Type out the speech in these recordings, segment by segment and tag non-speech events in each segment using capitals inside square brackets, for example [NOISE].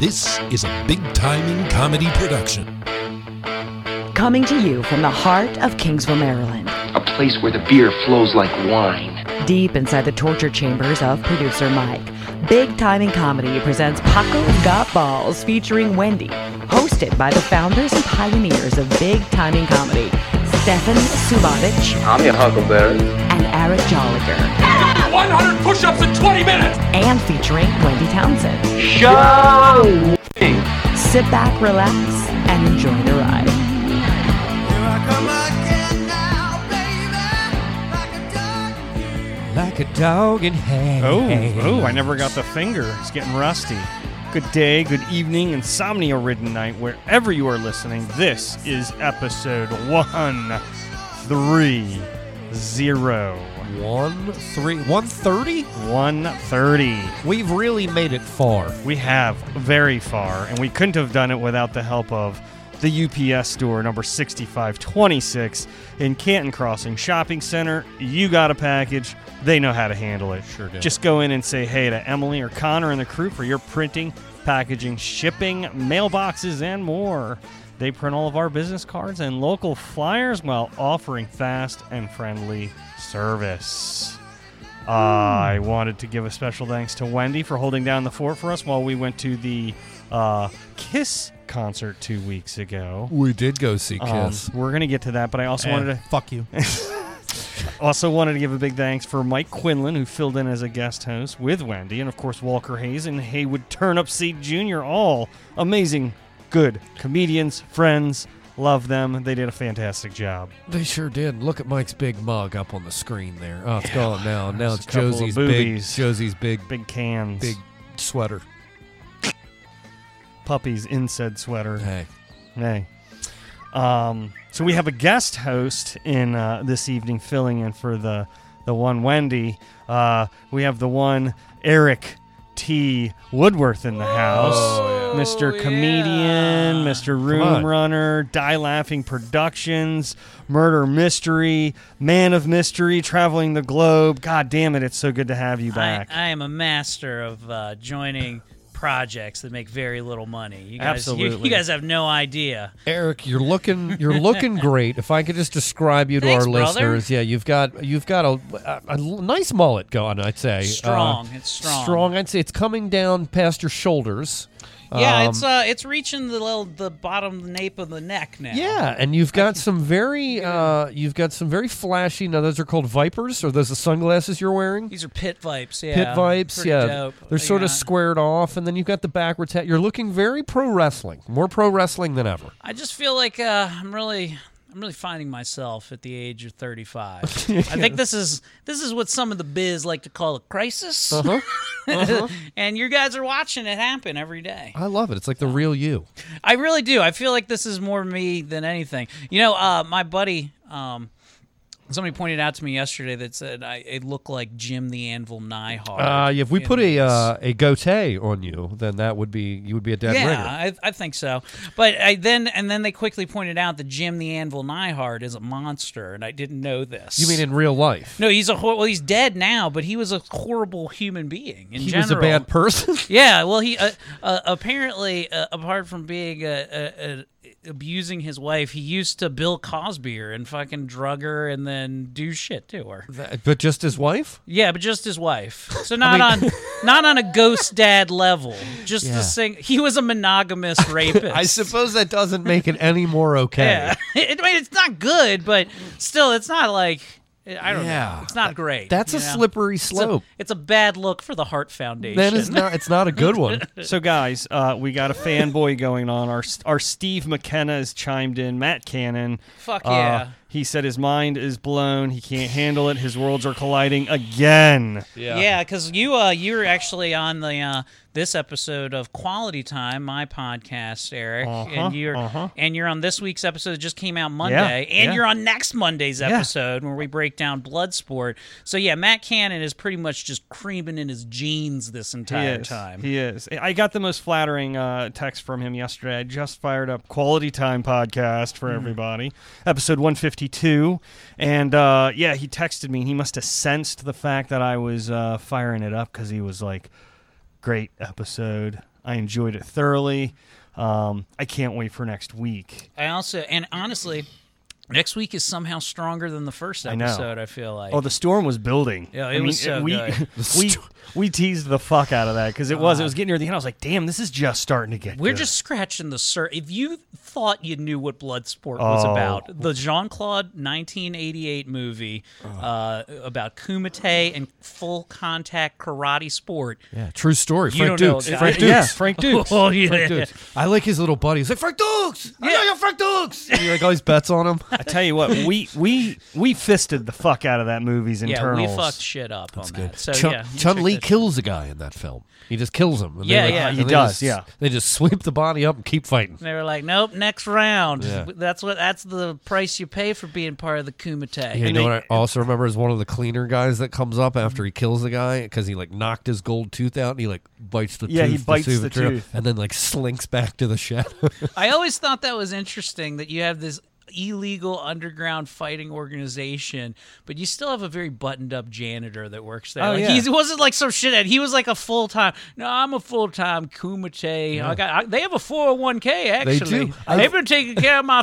This is a big timing comedy production. Coming to you from the heart of Kingsville, Maryland, a place where the beer flows like wine. deep inside the torture chambers of producer Mike, Big Timing Comedy presents Paco Got Balls featuring Wendy, hosted by the founders and pioneers of Big Timing Comedy, Stefan Subotic I'm your Huckleberry. and Eric Jolliger, 100 push-ups in 20 minutes. and featuring Wendy Townsend. Show! Sit back, relax, and enjoy the ride. Like a dog in hand. Oh, oh, I never got the finger. It's getting rusty. Good day, good evening, insomnia ridden night, wherever you are listening. This is episode 130. One three one thirty. 130. We've really made it far. We have very far, and we couldn't have done it without the help of the UPS store number 6526 in Canton Crossing Shopping Center. You got a package, they know how to handle it. Sure do. Just go in and say hey to Emily or Connor and the crew for your printing, packaging, shipping, mailboxes, and more. They print all of our business cards and local flyers while offering fast and friendly service. I wanted to give a special thanks to Wendy for holding down the fort for us while we went to the uh, Kiss concert two weeks ago. We did go see Um, we're gonna get to that, but I also wanted to fuck you. also wanted to give a big thanks for Mike Quinlan who filled in as a guest host with Wendy, and of course Walker Hayes and Haywood Turnipseed Jr. All amazing, good comedians, friends. Love them. They did a fantastic job. [LAUGHS] they sure did. Look at Mike's big mug up on the screen there. Oh, it's gone now. Now There's it's a couple of Josie's big. boobies. Josie's big, big, Big cans, sweater. puppies in said sweater. Hey, Hey. Um, so we have a guest host in uh, this evening, filling in for the the one Wendy. Uh, we have the one Eric T. Woodworth in the house, Mr. Comedian, Mr. on. Room Runner, Die Laughing Productions, Murder Mystery, Man of Mystery, traveling the globe. God damn it, it's so good to have you I, back. I am a master of uh, joining projects that make very little money. You guys, you- You, Absolutely. guys have no idea. Eric, you're looking [LAUGHS] you're looking great. If I could just describe you to Thanks, our brother. listeners, yeah, you've got you've got a, a, a l- nice mullet going. I'd say Strong. Uh, It's strong. Strong. I'd say it's coming down past your shoulders. Yeah, Um, it's uh, it's reaching the little, the bottom nape of the neck now. Yeah, and you've got some very uh, you've got some very flashy. Now those are called vipers. Are those the sunglasses you're wearing? These are pit vipes. Yeah. Pit vipes. Pretty Yeah, dope. they're sort of Yeah. squared off, and then you've got the backwards hat. You're looking very pro wrestling, more pro wrestling than ever. I just feel like uh, I'm really. I'm really finding myself at the age [LAUGHS] of 35. I think this is this is what some of the biz like to call a crisis, [LAUGHS] Uh-huh. and you guys are watching it happen every day. I love it. It's like the real you. I really do. I feel like this is more me than anything. You know, uh, my buddy, um, somebody pointed out to me yesterday that said I it looked like Jim the Anvil Nihard. Uh, if we in put a this. uh, a goatee on you, then that would be you would be a dead yeah, ringer. I, I think so. But I then and then they quickly pointed out that Jim the Anvil Nihard is a monster, and I didn't know this. You mean in real life? no? He's a hor- well, he's dead now, but he was a horrible human being. In he general. was a bad person. [LAUGHS] Yeah, well, he uh, uh, apparently, uh, apart from being uh, uh, uh, abusing his wife, he used to Bill Cosby her and fucking drug her and then do shit to her. but just his wife. Yeah, but just his wife. [LAUGHS] So not on not on a ghost dad level. Just Yeah. the sing. He was a monogamous [LAUGHS] rapist. I suppose that doesn't make it any more okay. [LAUGHS] Yeah, [LAUGHS] I mean, it's not good, but still, it's not like I don't Yeah. know. It's not great. That's a you know? slippery It's a, slope. it's a bad look for the Heart Foundation. That [LAUGHS] is not. It's not a good one. So guys, uh, we got a fanboy going on. Our our Steve McKenna has chimed in. Matt Cannon. Fuck Uh, yeah. he said his mind is blown. He can't handle it. His worlds are colliding again. Yeah, because you uh, you were actually on the uh, this episode of Quality Time, my podcast, Eric, and you're and you're on this week's episode that just came out Monday, Uh-huh, and yeah. you're on next Monday's episode where we break down Bloodsport. So yeah, Matt Cannon is pretty much just creaming in his jeans this He entire is. time. He is. I got the most flattering uh, text from him yesterday. I just fired up Quality Time podcast Hmm. for everybody, episode 152. And uh, yeah, he texted me. He must have sensed the fact that I was uh, firing it up because he was like, great episode. I enjoyed it thoroughly. Um, I can't wait for next week. I also and honestly, next week is somehow stronger than the first know. episode. I, feel like. Oh, the storm was building. Yeah, it I mean, was so we, [LAUGHS] good. we we teased the fuck out of that because it was it was getting near the end. I was like, damn, this is just starting to get. We're good. just scratching the sur. If you thought you knew what Bloodsport was Oh. about, the Jean Claude 1988 movie uh, about kumite and full contact karate sport. Yeah, true story. You Frank don't know Dukes. that. Frank Dukes. [LAUGHS] Yeah. Frank Dukes. Oh, yeah. Frank Dukes. I like his little buddy. He's like Frank Dukes. I know you're Frank Dukes. And he like always bets on him. I tell you what, we we we fisted the fuck out of that movie's internals. Yeah, we fucked shit up on that. So Chun, yeah, you check Lee that- kills a guy in that film. He just kills him. And they, Yeah, like, yeah. and He they does, just- yeah. they just sweep the body up and keep fighting. They were like, "Nope, next round." Yeah. That's what. That's the price you pay for being part of the kumite. You know he- what I also remember is one of the cleaner guys that comes up after he kills the guy because he like knocked his gold tooth out and he like bites the Yeah, tooth. he to bites see if the it's real, tooth. and then like slinks back to the shadow. I always thought that was interesting that you have this illegal underground fighting organization, but you still have a very buttoned up janitor that works there. Oh, like yeah. he's- he wasn't like some shithead. He was like a full time. No, I'm a full time kumite. I got. I, they have a 401k actually. do. have been taking care of my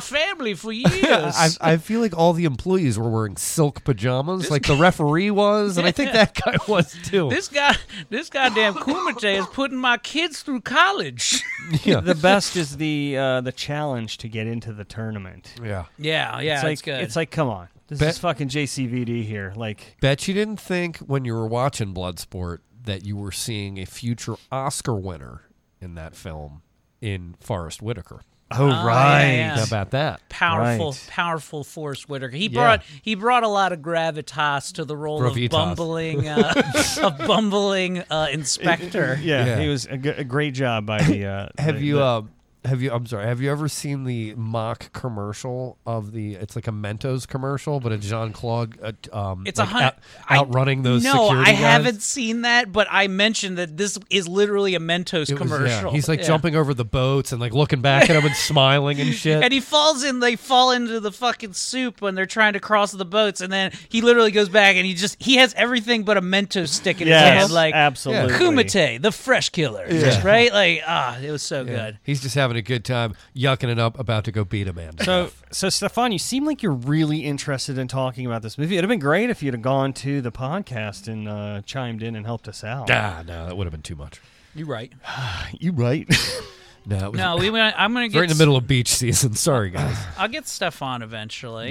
[LAUGHS] family for years. I, I feel like all the employees were wearing silk pajamas, like the referee was, and I [LAUGHS] think that guy was too. this guy, this goddamn kumite is putting my kids through college. [LAUGHS] yeah. the best is the uh, the challenge to get into the tournament. yeah. yeah, yeah, it's it's, like good. it's like come on, this Bet- is fucking JCVD here. Like Bet you didn't think when you were watching Bloodsport that you were seeing a future Oscar winner in that film in Forrest Whitaker. oh, yeah, Ah, yeah. How about that? powerful, Right. powerful force. Whitaker. He brought he brought a lot of gravitas to the role Gravitas. of bumbling, uh, [LAUGHS] [LAUGHS] a bumbling uh, inspector. Yeah, Yeah. it was a, g- a great job by the. Uh, [LAUGHS] Have the- you the- uh, have you I'm sorry, have you ever seen the mock commercial of the it's like a Mentos commercial but it's Jean-Claude uh, um It's like a hun- out, I- outrunning those No, security I guys? haven't seen that, but I mentioned that this is literally a Mentos It was- yeah, commercial. He's like Yeah. jumping over the boats and like looking back at him and smiling [LAUGHS] and shit. And he falls in. They fall into the fucking soup when they're trying to cross the boats, and then he literally goes back and he just he has everything but a Mentos stick in his Yes, hand, like absolutely. Kumite, the fresh killer, right? Like ah, it was so good. He's just having a good time, yucking it up, about to go beat a man. to [LAUGHS] So, death. so Stefan, you seem like you're really interested in talking about this movie. It'd have been great if you'd have gone to the podcast and uh, chimed in and helped us out. ah, no, that would have been too much. You're right. You right? No, it was No, we. went- I'm gonna get right in the middle of beach season. [LAUGHS] Sorry, guys. I'll get Stefan eventually.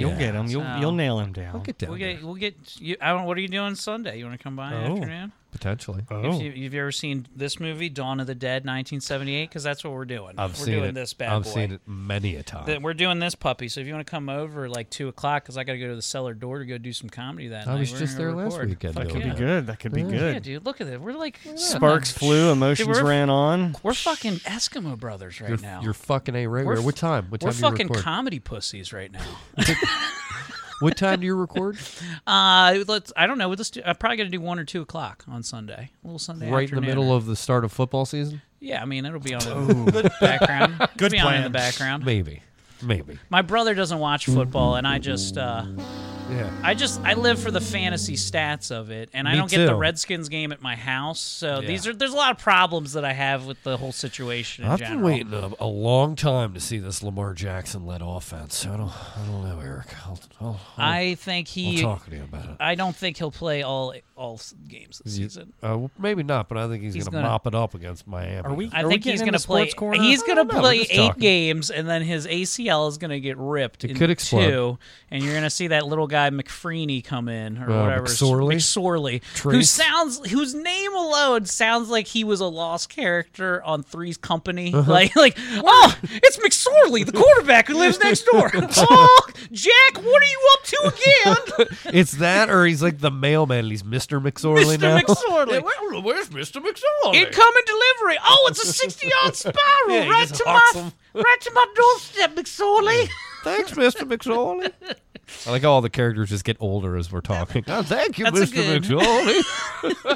[LAUGHS] You'll get him. You'll So- you'll nail him down. Get down We'll there, get. We'll get. You, I don't. What are you doing Sunday? You want to come by in the Oh. afternoon? potentially. oh, If you, have you ever seen this movie, Dawn of the Dead, 1978? Because that's what we're doing. I've we're seen doing it. this bad I've boy. seen it many a time. Th- We're doing this puppy. So if you want to come over like two o'clock, because I got to go to the cellar door to go do some comedy that I night. was we're just gonna there last record. weekend Fuck doing yeah. be good. That could be Yeah, good. dude. Look at that. We're like Sparks flew. Dude, Emotions we're- ran on. We're fucking Eskimo brothers right you're, now. you're fucking a right. We're f- What time? What time we're do you fucking record? comedy pussies right now. what time do you [LAUGHS] record? Uh, let's. I don't know. Let's do, I'm probably gonna do one or two o'clock on Sunday. A little Sunday. right in the middle of the start of football season? Yeah, I mean it'll be on [LAUGHS] the background. Good be on in the plan. background. Maybe, maybe. My brother doesn't watch football, and I just, uh, Yeah. I just, I live for the fantasy stats of it, and I Me don't get the too. Redskins game at my house. So Yeah. these are there's a lot of problems that I have with the whole situation in I've been general. waiting a, a long time to see this Lamar Jackson led offense. I don't, I don't know, Eric. I'll, I'll, I'll, I think will he. talk to you about it. I don't think he'll play all all s- games this season. Uh, well, maybe not, but I think he's, He's going to gonna- mop it up against Miami. Are we? I are we think he's going gonna to play. Corner? He's I gonna don't know, play we're just eight talking. games, and then his ACL is gonna get ripped. It in could explode. Two, and you're gonna see that little guy McFreeny come in or Uh, whatever. McSorley? McSorley, who Trace? sounds, whose name alone sounds like he was a lost character on Three's Company. Uh-huh. [LAUGHS] Like, like, oh, it's McSorley, the quarterback who lives next [LAUGHS] door. oh, Jack, what are you up to again? It's that, or he's like the mailman. and He's Mister McSorley now. [LAUGHS] Mr. McSorley. where's Mister McSorley? Incoming delivery. Oh, it's a 60 yard spiral [LAUGHS] Yeah, he right just to hawks my 'em. right to my doorstep, McSorley. Thanks, Mister McSorley. I like how all the characters just get older as we're talking. Oh, thank you, That's a Mister good- McSorley. [LAUGHS]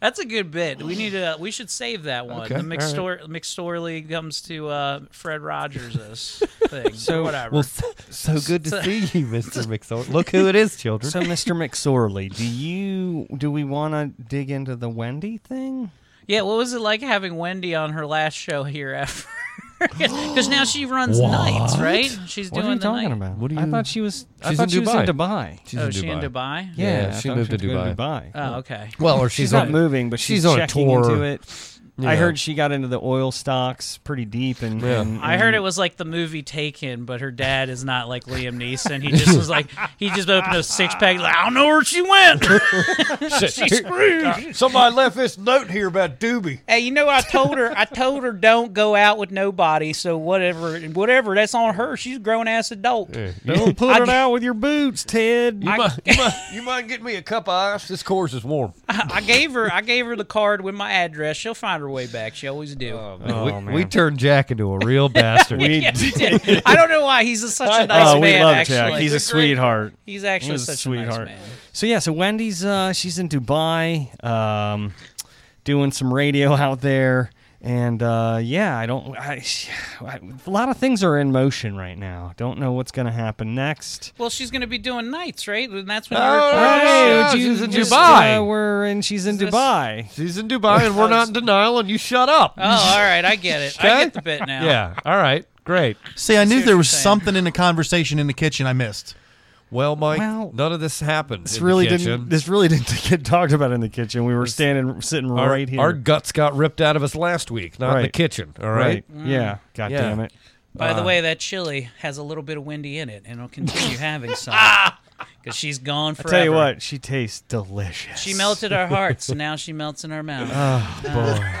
That's a good bit. We need to. We should save that one. Okay, the all right. McStor- McSorley comes to uh, Fred Rogers' thing. so whatever. well, so, so good to see you, [LAUGHS] Mister McSorley. Look who it is, children. So, Mr. McSorley, do you do we want to dig into the Wendy thing? Yeah, what was it like having Wendy on her last show here after? [LAUGHS] Because now she runs nights, right? She's What doing are you the talking night- about? What do I you- thought she was. I She's thought in she was in Dubai. Dubai. She's oh, is she in Dubai? Yeah, I she thought moved to was going Dubai. Oh, okay. Well, or [LAUGHS] she's, not moving, but she's, she's on a checking tour. into it. I Yeah. heard she got into the oil stocks pretty deep, and, Yeah. and- I heard it was like the movie Taken, but her dad is not like Liam Neeson. He just was like, he just opened a six pack. Like, I don't know where she went. [LAUGHS] [LAUGHS] Here- Somebody left this note here about Doobie. hey, you know, I told her, I told her, don't go out with nobody. So whatever, whatever, that's on her. She's a grown ass adult. [LAUGHS] [LAUGHS] Don't put I- it out with your boots, [LAUGHS] Ted. You, might, you, might, you might get me a cup of ice. This course is [LAUGHS] warm. I gave her, I gave her the card with my address. She'll find her way back. She always do. [LAUGHS] Oh, we, man. we turned Jack into a [LAUGHS] real bastard. We- Yeah, she did. I don't know why he's a, such a nice oh, we man. love actually, Jack. He's a sweetheart. He's actually He's a such a sweetheart. nice man. So yeah, so Wendy's uh, she's in Dubai, um, doing some radio out there, and uh, yeah, I don't. I, [SIGHS] I, a lot of things are in motion right now. Don't know what's gonna happen next. Well, she's going to be doing nights, right? And that's when. Oh, no, you're- no, Hey, no, would you she's in just, Dubai. uh, we're in. She's in Is this- Dubai. She's in Dubai, and we're [LAUGHS] not in denial, and you shut up. Oh, all right, I get it. I Okay? get the bit now. yeah. All right. Great. See, I knew what there was you're saying. something in the conversation in the kitchen I missed. Well, Mike, Well, none of this happened. This in the really kitchen. didn't. This really didn't [LAUGHS] get talked about in the kitchen. We were standing, sitting our, right here. Our guts got ripped out of us last week, not in the Right. kitchen. All right. right. Mm. Yeah. God Yeah. damn it. By Uh. the way, that chili has a little bit of windy in it, and [LAUGHS] it'll continue having some because she's Ah! gone I forever. tell you what, she tastes delicious. She melted our hearts, and now she melts in our mouth. Uh,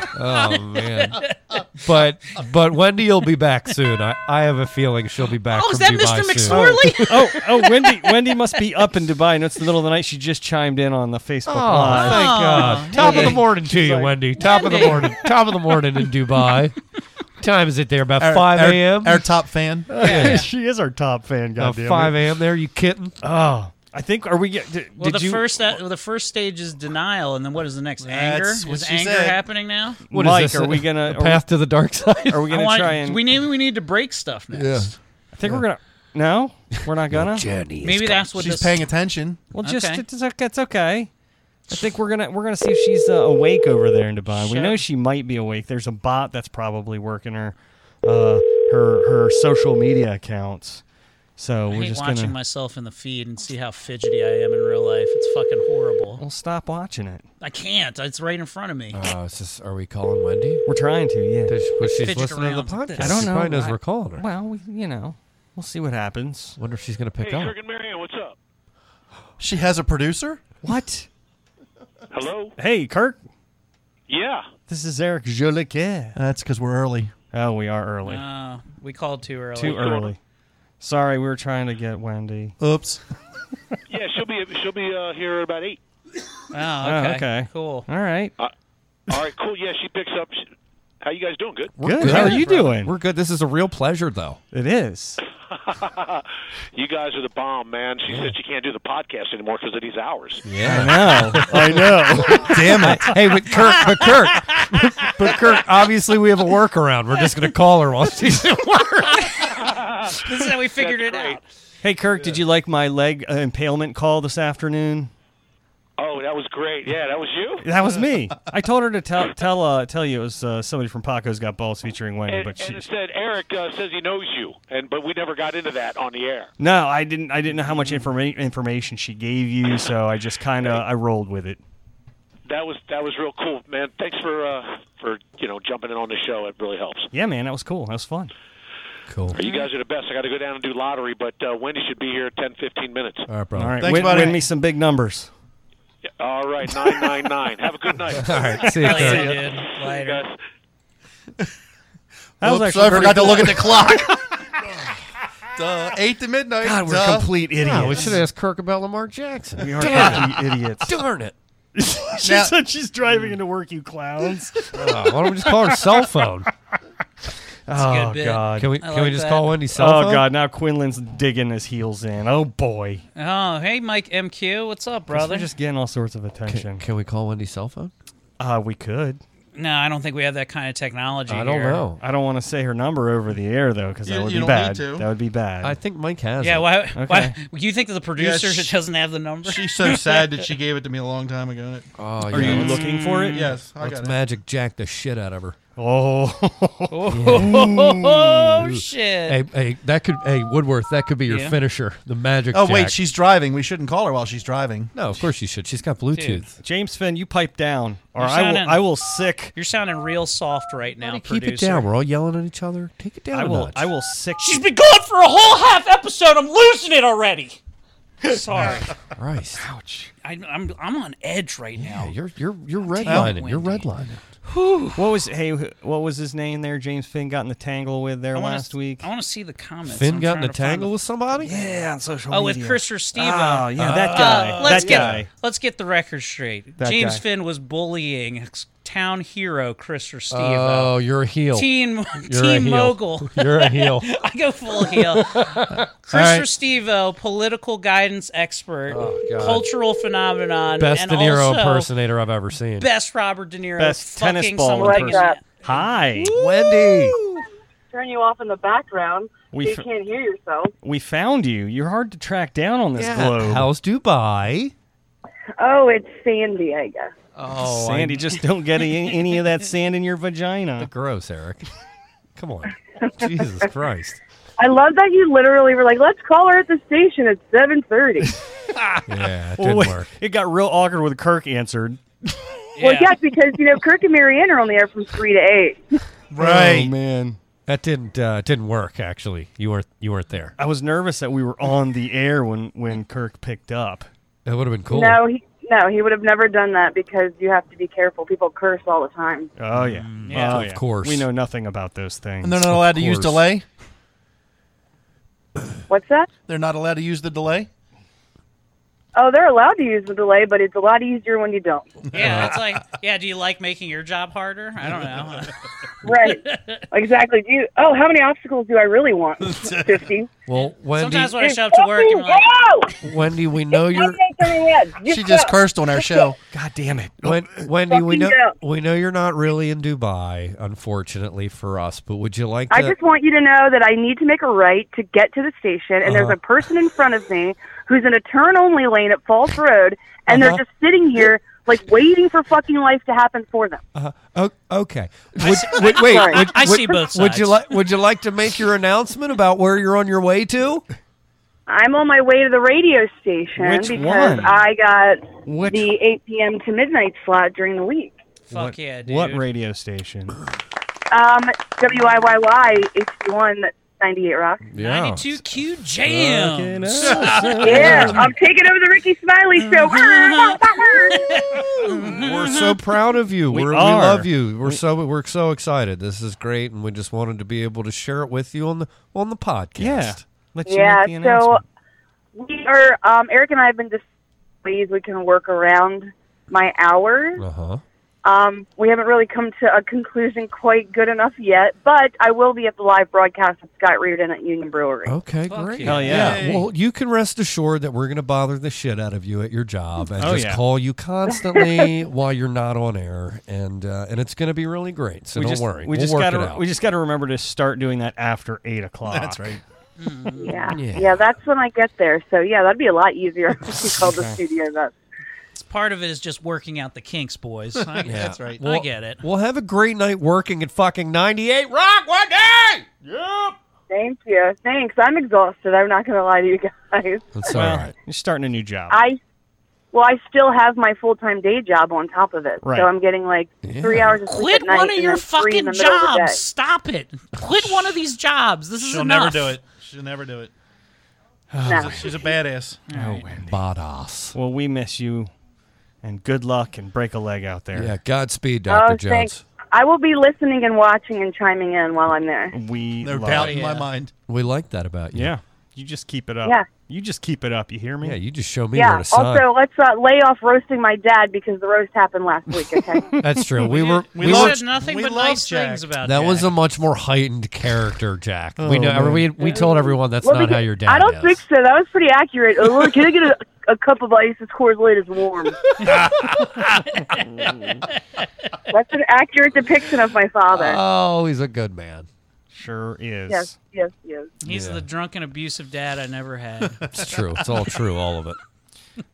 [LAUGHS] Oh man. but but Wendy will be back soon. I, I have a feeling she'll be back. oh, is that from Mr. Dubai soon. McSwirly? [LAUGHS] oh, oh, Wendy, Wendy must be up in Dubai. No, it's the middle of the night. She just chimed in on the Facebook Oh, live. thank God. Top of the morning to you, Wendy. Top of the Wendy. morning. Top of the morning in Dubai. What time is it there? About Our- 5 our- a.m.? Our, top [LAUGHS] fan. [LAUGHS] she is our top fan. About God damn 5 it. a.m. there, you kitten? Oh, I think. Are we? get- Did, Well, did the you? first that, well, the first stage is denial, and then what is the next? Anger? That's what Is she anger said. happening now? What is Mike, this, are a- [LAUGHS] we gonna- a are we- path to the dark side? are we I gonna want- try and? we need we need to break stuff next. I think we're gonna. No, we're not gonna. Maybe that's what She's this. paying attention. Well, just Okay. it's, okay- it's okay. I think we're gonna we're gonna see if she's uh, awake over there in Dubai. We Sure. know she might be awake. There's a bot that's probably working her uh, her her social media accounts. So I we're hate just watching gonna myself in the feed and see how fidgety I am in real life. It's fucking horrible. we'll stop watching it. I can't. It's right in front of me. Oh. Uh, is this, are we calling Wendy? We're trying to, yeah. Does- well, she's Fidget listening to the around. podcast. I don't She know. probably knows I- we're calling her. Well, we, you know, we'll see what [LAUGHS] happens. wonder if she's going to pick up. She has a producer. What? Hello? Hey, Kirk. Yeah. This is Eric Joliquet. That's because we're early. Oh, we are early. Uh, we called too early. Too early. Sorry, we were trying to get Wendy. Uh, Oops. [LAUGHS] Yeah, she'll be she'll be uh, here at about eight. Oh, okay. okay. Cool. All right. All right, cool. Yeah, she picks up. She, how you guys doing? Good. Good. How are you doing? We're good. This is a real pleasure, though. It is. You guys are the bomb, man. She said she can't do the podcast anymore because of these hours. I [LAUGHS] know. I know. Damn it. hey, but Kirk, but Kirk, but Kirk, obviously we have a workaround. We're just going to call her while she's at work. This is how we figured it great. out. Hey, Kirk, did you like my leg uh, impalement call this afternoon? Oh, that was great. Yeah, that was you. That was me. I told her to tell tell uh, tell you it was uh, somebody from Paco's Got Balls featuring Wendy, And, but and she. it said Eric uh, says he knows you, and but we never got into that on the air. No, I didn't. I didn't know how much informa- information she gave you, so I just kind of I rolled with it. That was that was real cool, man. Thanks for uh, for you know jumping in on the show. It really helps. Yeah, man, that was cool. That was fun. Cool. You guys are the best. I got to go down and do lottery, but uh, Wendy should be here 10, 15 minutes. All right, bro. All right, Thanks, win, buddy. win me some big numbers. Yeah, All right, nine nine nine. Have a good [LAUGHS] night. All right. See you, Later, Kirk. dude. You Later. guys. That was Oops, actually I pretty forgot to cool. look at the clock. [LAUGHS] [LAUGHS] Duh. Eight to midnight. God, [LAUGHS] we're Duh. complete idiots. Yeah, we should have asked Kirk about Lamar Jackson. We are complete [LAUGHS] idiots. [LAUGHS] Darn it. she Now- said she's driving into work, [LAUGHS] you clowns. Oh, why don't we just call her cell phone? oh bit. God. Can we, I can we like just that. call Wendy's cell oh phone? God! Now Quinlan's digging his heels in. Oh boy, Oh, hey, Mike MQ. What's up, we're brother? just getting all sorts of attention. Can we call Wendy's cell phone? Uh, we could. No, I don't think we have that kind of technology. I don't here. know. I don't want to say her number over the air though, because You- that would you be don't need bad. to. That would be bad. I think Mike has. Yeah, it. why? Why? Okay. [LAUGHS] You think that the producer she- doesn't have the number? She's so sad that she gave it to me a long time ago. Oh, Are yeah, you let's- looking for it? Yes, I Let's got it. magic jack the shit out of her. [LAUGHS] Oh, oh shit! Hey, hey, that could. Hey, Woodworth, that could be your Yeah. finisher. The magic. Oh wait, Jack. she's driving. We shouldn't call her while she's driving. No, of course you should. She's got Bluetooth. Dude. James Finn, you pipe down, or You're I will. sounding- I will sick. You're sounding real soft right now, Keep producer. it down. We're all yelling at each other. Take it down. I a will. notch. I will sick. She's been gone for a whole half episode. I'm losing it already. Sorry, Christ. I, I'm I'm on edge right now. Yeah, you're you're you're damn, redlining. You're Wendy. redlining. What was hey? wh- What was his name there? James Finn got in the tangle with there I wanna, last week. I want to see the comments. Finn I'm got in trying a to find tangle them. with Ah, somebody. yeah, on social Oh, with Chris or Steve. Oh, yeah, that guy. Uh, let's that get guy. let's get the record straight. That James guy. Finn was bullying ex- town hero Chris or Steve. Oh, you're a heel. [LAUGHS] You're teen a teen heel. mogul. [LAUGHS] You're a heel. I [LAUGHS] go full [LAUGHS] heel. Chris right. Oh, Restivo, political guidance expert, God. cultural phenomenon, Best and De Niro also impersonator I've ever seen. Best Robert De Niro. Best fucking tennis ball someone person. else. Hi. Wendy. turn you off in the background We so f- you can't hear yourself. We found you. You're hard to track down on this globe. How's Dubai? Oh, it's Sandy, I guess. Oh, Sandy, just don't get any, any of that [LAUGHS] sand in your vagina. gross, Eric. [LAUGHS] Come on. Jesus Christ. I love that you literally were like, "Let's call her at the station at [LAUGHS] 7.30. Yeah, it Well, didn't wait, work. [LAUGHS] It got real awkward when Kirk answered. Yeah. Well, yes, because you know Kirk and Marianne are on the air from three to eight. Oh man, That didn't uh, it didn't work. Actually, you weren't you weren't there. I was nervous that we were on the air when when Kirk picked up. That would have been cool. No, he no, he would have never done that because you have to be careful. People curse all the time. Oh yeah, Yeah. Oh, Of course. We know nothing about those things. And they're not allowed to use course. delay. What's that? They're not allowed to use the delay. Oh, they're allowed to use the delay, but it's a lot easier when you don't. yeah, it's like, yeah. Do you like making your job harder? I [LAUGHS] don't know. Right? [LAUGHS] exactly. Do you? Oh, how many obstacles do I really want? Fifty. Well, Wendy, Sometimes when I show up to work, I'm like, Wendy, we know you're She just cursed on our show. God damn it. Wen- Wendy. We Fucking know no. we know you're not really in Dubai, unfortunately for us. But would you like I to? just want you to know that I need to make a right to get to the station, and there's a person in front of me who's in a turn-only lane at Falls Road, and Uh-huh. they're just sitting here, like waiting for fucking life to happen for them. Oh, okay. Would, would, wait. Sorry. Would, I would- see both Would you sides. like? Would you like to make your announcement about where you're on your way to? I'm on my way to the radio station Which because one? I got Which- the 8 p.m. to midnight slot during the week. fuck what, yeah, dude. What radio [LAUGHS] station? Um, WIYY HD1 98 Rock. 92Q Jam. Yeah, I'm taking over the Ricky Smiley show. We're [LAUGHS] so proud of you. We We're, we are. love you. We're so we're so excited. This is great, and we just wanted to be able to share it with you on the on the podcast. Yeah. Let you yeah, make the so announcement. we are. Um, Eric and I have been just ways we can work around my hours. Uh huh. Um, we haven't really come to a conclusion quite good enough yet, but I will be at the live broadcast with Scott Reardon at Union Brewery. Okay, Fuck great. yeah. Hell yeah. Yay. Well, you can rest assured that we're going to bother the shit out of you at your job and Oh, just yeah. call you [LAUGHS] constantly while you're not on air, and uh, and it's going to be really great. So we don't just, worry. We will just work gotta, it out. We just got to remember to start doing that after eight o'clock. That's right. Yeah. Yeah. yeah, that's when I get there. So yeah, that'd be a lot easier if you called the studio up. Part of it is just working out the kinks, [LAUGHS] boys. I, That's right. I get it. Well, have a great night working at fucking 98 Rock One Day! Thank you. Thanks. I'm exhausted. I'm not going to lie to you guys. That's Well, all right. You're starting a new job. I well, I still have my full time day job on top of it, Right. so I'm getting like three hours of sleep Quit at night one of and your then three fucking in the middle of the jobs. day. Stop it. Quit one of these jobs. This is She'll enough. never do it. She'll never do it. No. She's a badass. oh, Wendy. Badass. Well, we miss you, and good luck, and break a leg out there. Yeah, Godspeed, Dr. Oh, Jones. thanks. I will be listening and watching and chiming in while I'm there. We No love doubt it. in my mind. We like that about you. Yeah. You just keep it up. Yeah. You just keep it up. You hear me? Yeah. You just show me where yeah. to sign. Also, let's uh, lay off roasting my dad because the roast happened last week. [LAUGHS] Okay. That's true. We were We, we were said nothing we but love nice Jack. things about That Jack. was a much more heightened character, Jack. we Oh, know man. we we told everyone that's Well, not how because- your dad I don't is. think so. That was pretty accurate. Uh, look, can I get a, a cup of ice? It's Coors Light [LAUGHS] is warm. That's an accurate depiction of my father. Oh, he's a good man. Sure is. yes, yes, yes. He's Yeah. the drunken, abusive dad I never had. [LAUGHS] [LAUGHS] It's true. It's all true. All of it.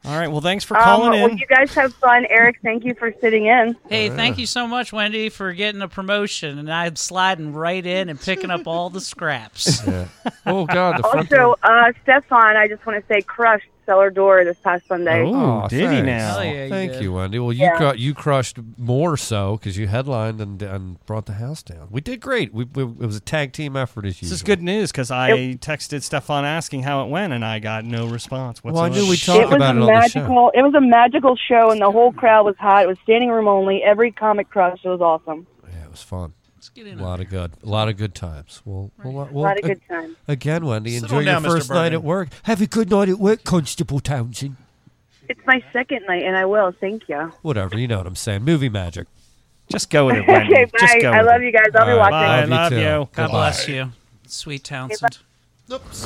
All right. Well, thanks for Um, calling well, in. you guys have fun, Eric. Thank you for sitting in. hey, thank you so much, Wendy, for getting a promotion, and I'm sliding right in and picking up all [LAUGHS] the scraps. Yeah. Oh God, the front Also, uh, Stefan, I just want to say, crushed cellar door this past Sunday. Oh, did he thanks. now? Hell yeah, you Thank did. you, Wendy. Well, you Yeah. cru- you crushed more so because you headlined and and brought the house down. We did great. We, we it was a tag team effort as usual. This is good news because I texted Stefan asking how it went, and I got no response Well, I whatsoever. knew we It talked was a about it on the show. magical. It was a magical show, and the whole crowd was hot. It was standing room only. Every comic crushed. It was awesome. Yeah, it was fun. Let's get A in. lot of good, a lot of good times. Well, well, A well lot of good times. again, Wendy. Sit Enjoy on your down, Mr. first night Bergen. at work. Have a good night at work, Constable Townsend. It's my second night, and I will. Thank you. Whatever, you know what I'm saying. Movie magic. Just go with it, [LAUGHS] Wendy. [LAUGHS] Okay, Just bye. go I with love it. you guys. I'll be All right, watching. Bye. love too. you. God God Goodbye. bless you, sweet Townsend. Oops.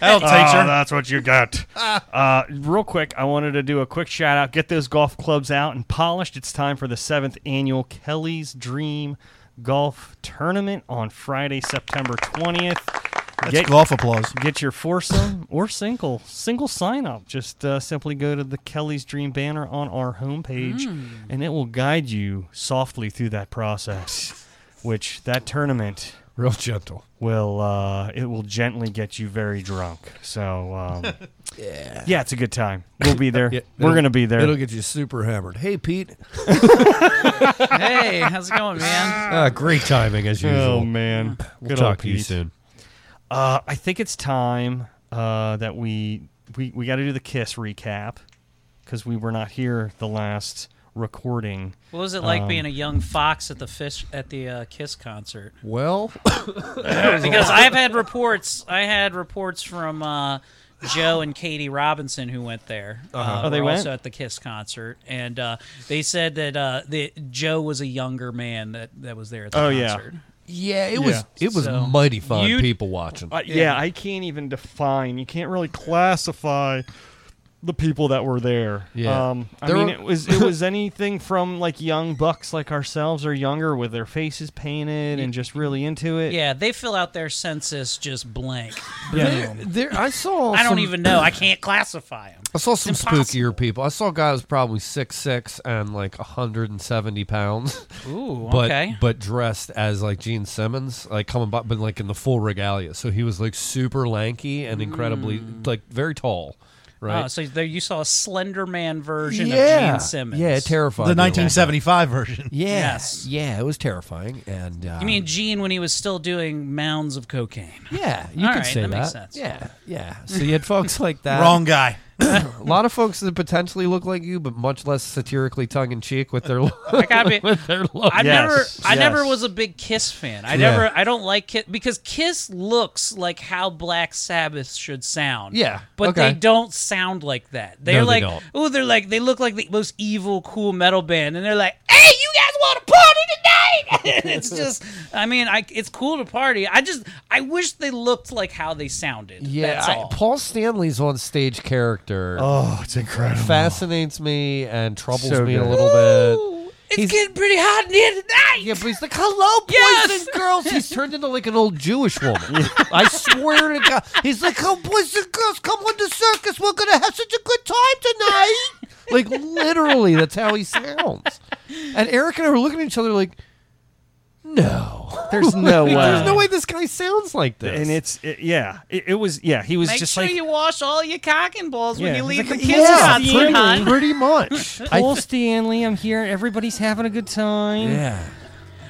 That'll Oh, teach her. that's what you got. [LAUGHS] Ah. uh, real quick, I wanted to do a quick shout out. Get those golf clubs out and polished. It's time for the seventh annual Kelly's Dream Golf Tournament on Friday, September 20th. That's Get, golf applause. get your foursome or single single sign up just uh, simply go to the kelly's dream banner on our homepage Hmm. and it will guide you softly through that process which that tournament Real gentle. will uh, it will gently get you very drunk so um, [LAUGHS] yeah yeah it's a good time we'll be [LAUGHS] there Yeah, we're it'll- gonna be there It'll get you super hammered. Hey, Pete. hey, how's it going, man? Ah, great timing as usual. oh man We'll Good old talk to you Pete. soon. Uh, I think it's time uh, that we we, we got to do the kiss recap because we were not here the last recording. What was it like Um, being a young fox at the fish at the uh, Kiss concert? Well, Because I've had reports. I had reports from uh, Joe and Katie Robinson who went there. Uh, Oh, they were went? also at the Kiss concert, and uh, they said that uh, that Joe was a younger man that, that was there at the Oh, yeah. concert. yeah, it Yeah. was it was So, mighty fun. you- People watching. Uh, yeah. I can't even define. You can't really classify the people that were there. Yeah. Um, I There mean, were- it was it was anything from like young bucks like ourselves or younger with their faces painted and just really into it. Yeah, they fill out their census just blank. There, there, I saw. [LAUGHS] I don't some- even know. I can't classify them. I saw some impossible. spookier people. I saw guys probably six six and like hundred and seventy pounds, [LAUGHS] Ooh, but okay. but dressed as like Gene Simmons, like coming by, but like in the full regalia. So he was like super lanky and incredibly like very tall, right? Mm. Oh, so there you saw a Slender Man version yeah, of Gene Simmons. yeah, it The terrifying. 1975 version. Yeah. Yes. Yeah, it was terrifying. And uh, You mean Gene when he was still doing mounds of cocaine? yeah, you All can right, say that that. makes sense. Yeah, yeah. So you had folks [LAUGHS] like that. Wrong guy. [COUGHS] A lot of folks that potentially look like you, but much less satirically tongue in cheek with [LAUGHS] their [LAUGHS] I gotta be. with their look. I Yes, never, I yes. never was a big Kiss fan. I Yeah. never, I don't like Kiss because Kiss looks like how Black Sabbath should sound. Yeah, but okay. they don't sound like that. They're they like, don't. oh, they're like, they look like the most evil, cool metal band, and they're like, hey, you guys want to party tonight? [LAUGHS] [LAUGHS] it's just, I mean, I, it's cool to party. I just, I wish they looked like how they sounded. Yeah, That's I- all. Paul Stanley's on stage character Oh, it's incredible. fascinates me and troubles So me a good. little bit. Ooh, it's He's- getting pretty hot in here tonight. Yeah, but he's like, "Hello, boys Yes! and girls." He's turned into like an old Jewish [LAUGHS] woman. I swear to God, he's like, "Oh, boys and girls, come on the circus. We're gonna have such a good time tonight." like literally, that's how he sounds. And Eric and I were looking at each other like, "No, [LAUGHS] There's no way. there's no way this guy sounds like this." And it's it, yeah, it, it was yeah. He was Make just sure like you wash all your cock and balls when Yeah, you he's leave like, the kids yeah, out, pretty, hon. pretty [LAUGHS] much. I Paul Stanley, I'm here. Everybody's having a good time. Yeah.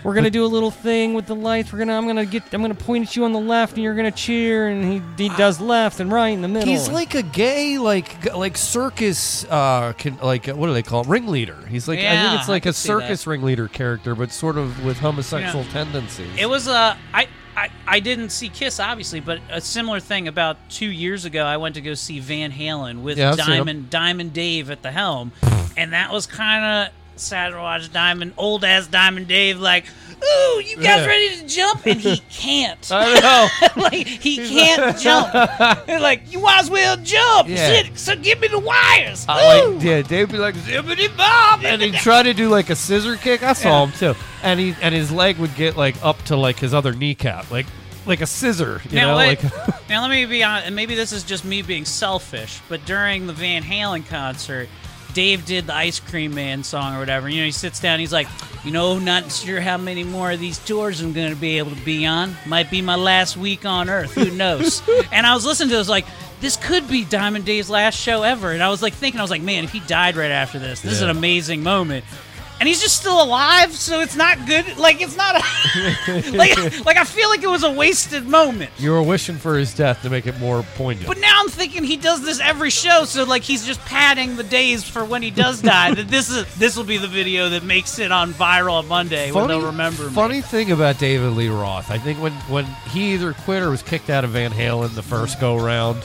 We're gonna do a little thing with the lights. We're gonna I'm gonna get I'm gonna point at you on the left and you're gonna cheer and he he does left and right in the middle. He's like a gay, like g- like circus, uh, can, like uh, what do they call it? ringleader? He's like I Yeah, think it's I like can a see [LAUGHS] that. circus ringleader character, but sort of with homosexual tendencies. It was uh, I, I, I didn't see Kiss, obviously, but a similar thing about two years ago, I went to go see Van Halen with Yeah, I've seen 'em. Diamond Diamond Dave at the helm, and that was kind of sad to watch Diamond, old ass Diamond Dave, like, "Ooh, you guys Yeah. ready to jump?" And he can't. Uh, I know. like [LAUGHS] he can't jump. They're like, "You might as well jump." Yeah. Shit, so give me the wires. I Ooh. like, yeah, they'd be like, "Zippity bob," and he'd try to do like a scissor kick. I saw Yeah. him too, and he and his leg would get like up to like his other kneecap, like like a scissor, you now, know, let, like [LAUGHS] now let me be honest, and maybe this is just me being selfish, but during the Van Halen concert, Dave did the Ice Cream Man song or whatever. You know, he sits down, he's like, you know, not sure how many more of these tours I'm going to be able to be on. Might be my last week on Earth. [LAUGHS] Who knows? and I was listening to it, I was like, this could be Diamond Dave's last show ever. And I was like thinking, I was like, man, if he died right after this, this is Yeah. an amazing moment. And he's just still alive, so it's not good. Like it's not a [LAUGHS] like, like I feel like it was a wasted moment. you were wishing for his death to make it more poignant. But now I'm thinking he does this every show, so like he's just padding the days for when he does die. that this is this will be the video that makes it on viral on Monday when they'll remember me. funny thing about David Lee Roth, I think when, when he either quit or was kicked out of Van Halen the first go round,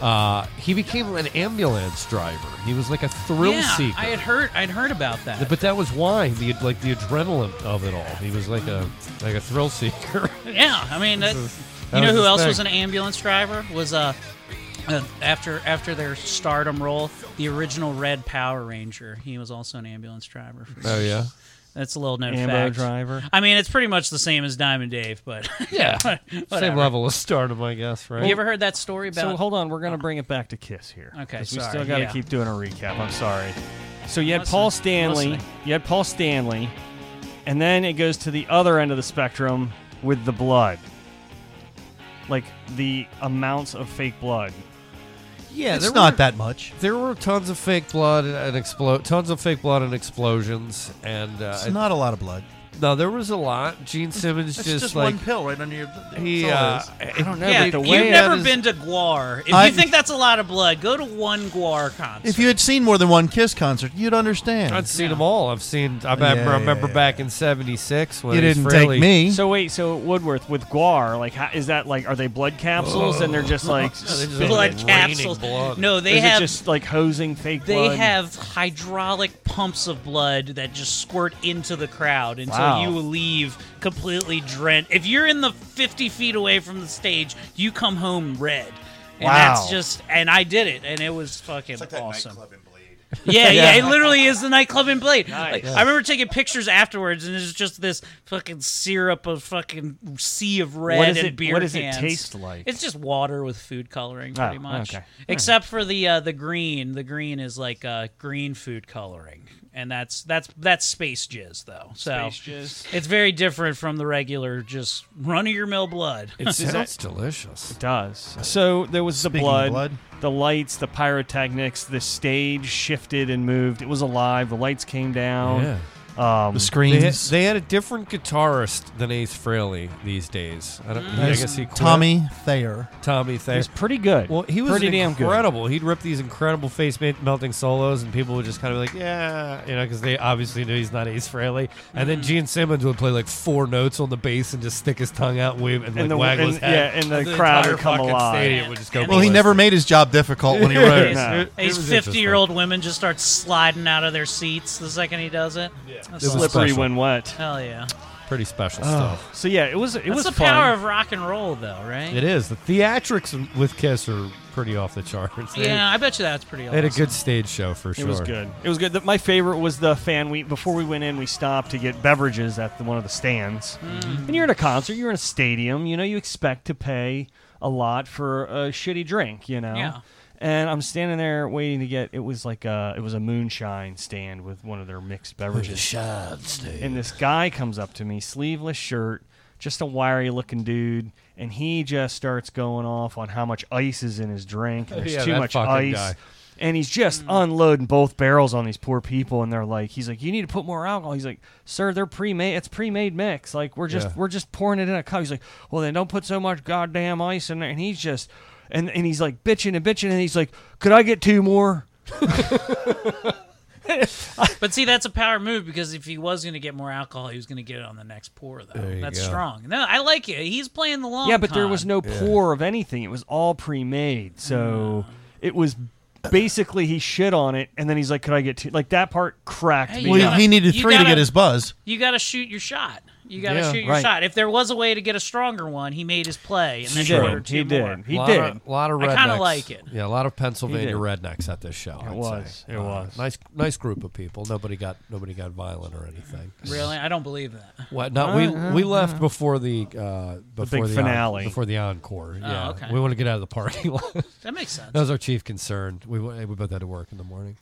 uh, he became an ambulance driver. He was like a thrill yeah, seeker. I had heard I'd heard about that. But that was why the like the adrenaline of it all. He was like a like a thrill [LAUGHS] seeker. Yeah, I mean, that, This is- that you know was who his else thing. was an ambulance driver? Was uh, uh, after after their stardom role, the original Red Power Ranger. He was also an ambulance driver. for- Oh, yeah? that's a little known Ambo fact. driver. I mean, it's pretty much the same as Diamond Dave, but [LAUGHS] Yeah. whatever. Same level of stardom, I guess, right? You ever heard that story about? Oh. So hold on, we're gonna bring it back to Kiss here. Okay, 'cause we sorry, still got to yeah. keep doing a recap. I'm sorry. So you had Listen, Paul Stanley. listening. You had Paul Stanley, and then it goes to the other end of the spectrum with the blood, like the amounts of fake blood. Yeah, It's there not were- that much. There were tons of fake blood and explo- tons of fake blood and explosions, and uh, It's not a lot of blood. No, there was a lot. Gene Simmons It's just, just like one pill right under your. he. that's Uh, all it I is. don't know. yeah, but the way you've never that is- been to Guar. If I- you think that's a lot of blood, go to one Guar concert. If you had seen more than one Kiss concert, you'd understand. I've seen them all. I've seen. I Yeah, remember, yeah, remember yeah, back in '76 when You it was didn't take fairly- me. So wait, so Woodworth with Guar, like, how, is that like, are they blood capsules and they're just like Oh. No, they're just spitting blood it? capsules. No, Or they is have it just like hosing fake they blood. have hydraulic pumps of blood that just squirt into the crowd until Wow. you leave completely drenched. If you're in the 50 feet away from the stage, you come home red. And Wow. that's just and I did it and it was fucking awesome. [LAUGHS] Yeah, yeah, it literally is the nightclub in Blade. Like, Nice. I remember taking pictures afterwards, and it's just this fucking syrup of fucking sea of red What is and it- beer. what does it cans. taste like? It's just water with food coloring, Oh, pretty much. okay. Except for the uh, the green. The green is like uh, green food coloring, and that's that's that's space jizz though. So Space it's very different from the regular just run of your mill blood. It sounds delicious. It does. So there was the Speaking of blood, blood. the lights, the pyrotechnics, the stage shifted and moved. It was alive. The lights came down. The They Um, had, screens. they had a different guitarist than Ace Frehley these days. I don't. I That's guess he quit. Tommy Thayer. Tommy Thayer. was pretty good. Well, he was Pretty an damn good. incredible. He'd rip these incredible face ma- melting solos, and people would just kind of be like, "Yeah," you know, because they obviously knew he's not Ace Frehley. And Mm. then Gene Simmons would play like four notes on the bass and just stick his tongue out and wave and, And like the- waggle his and- head. yeah, and the crowd entire would come fucking alive. Stadium would just go. Well, he ballistic. never made his job difficult when he wrote it. No. It These was fifty-year-old women just start sliding out of their seats the second he does it. Yeah, It was slippery special. when wet. Hell yeah! Pretty special Oh, stuff. so yeah, it was. It That's was the fun. power of rock and roll, though, right? It is. The theatrics with Kiss are pretty off the charts. They- Yeah, I bet you that's pretty They awesome. had a good stage show for sure. It was good. It was good. The- My favorite was the fan. We before we went in, we stopped to get beverages at the, one of the stands. And you're at a concert. You're in a stadium. You know, you expect to pay a lot for a shitty drink. You know. Yeah. And I'm standing there waiting to get. It was like a. It was a moonshine stand with one of their mixed beverages. And this guy comes up to me, sleeveless shirt, just a wiry looking dude, and he just starts going off on how much ice is in his drink. and there's Yeah, too that much fucking ice. guy. And he's just unloading both barrels on these poor people, and they're like, he's like, you need to put more alcohol. He's like, sir, they're pre-made. It's pre-made mix. Like we're just Yeah. we're just pouring it in a cup. He's like, well, then don't put so much goddamn ice in there. And he's just, and and he's like bitching and bitching, and he's like, could I get two more? but see, that's a power move because if he was going to get more alcohol, he was going to get it on the next pour, though. There you That's go. strong. No, I like it. He's playing the long. yeah, but there con. was no pour of anything. It was all pre-made, so it was basically he shit on it, and then he's like, "Could I get two? like that part cracked?" me Hey, you up. gotta- you gotta- buzz. You got to shoot your shot. You got to Yeah, shoot your right. shot. If there was a way to get a stronger one, he made his play and then Sure. ordered two He did. more. He lot did. Of, lot of rednecks. I kind of like it. Yeah, a lot of Pennsylvania did. rednecks at this show. It was, it was. nice, nice group of people. Nobody got nobody got violent or anything. Really, I don't believe that. What? No, Uh, we we uh, left uh. before the uh, before big the finale. before the encore. Oh, yeah, okay. we want to get out of the parking [LAUGHS] lot. That makes sense. That was our chief concern. We wa- we both had to work in the morning.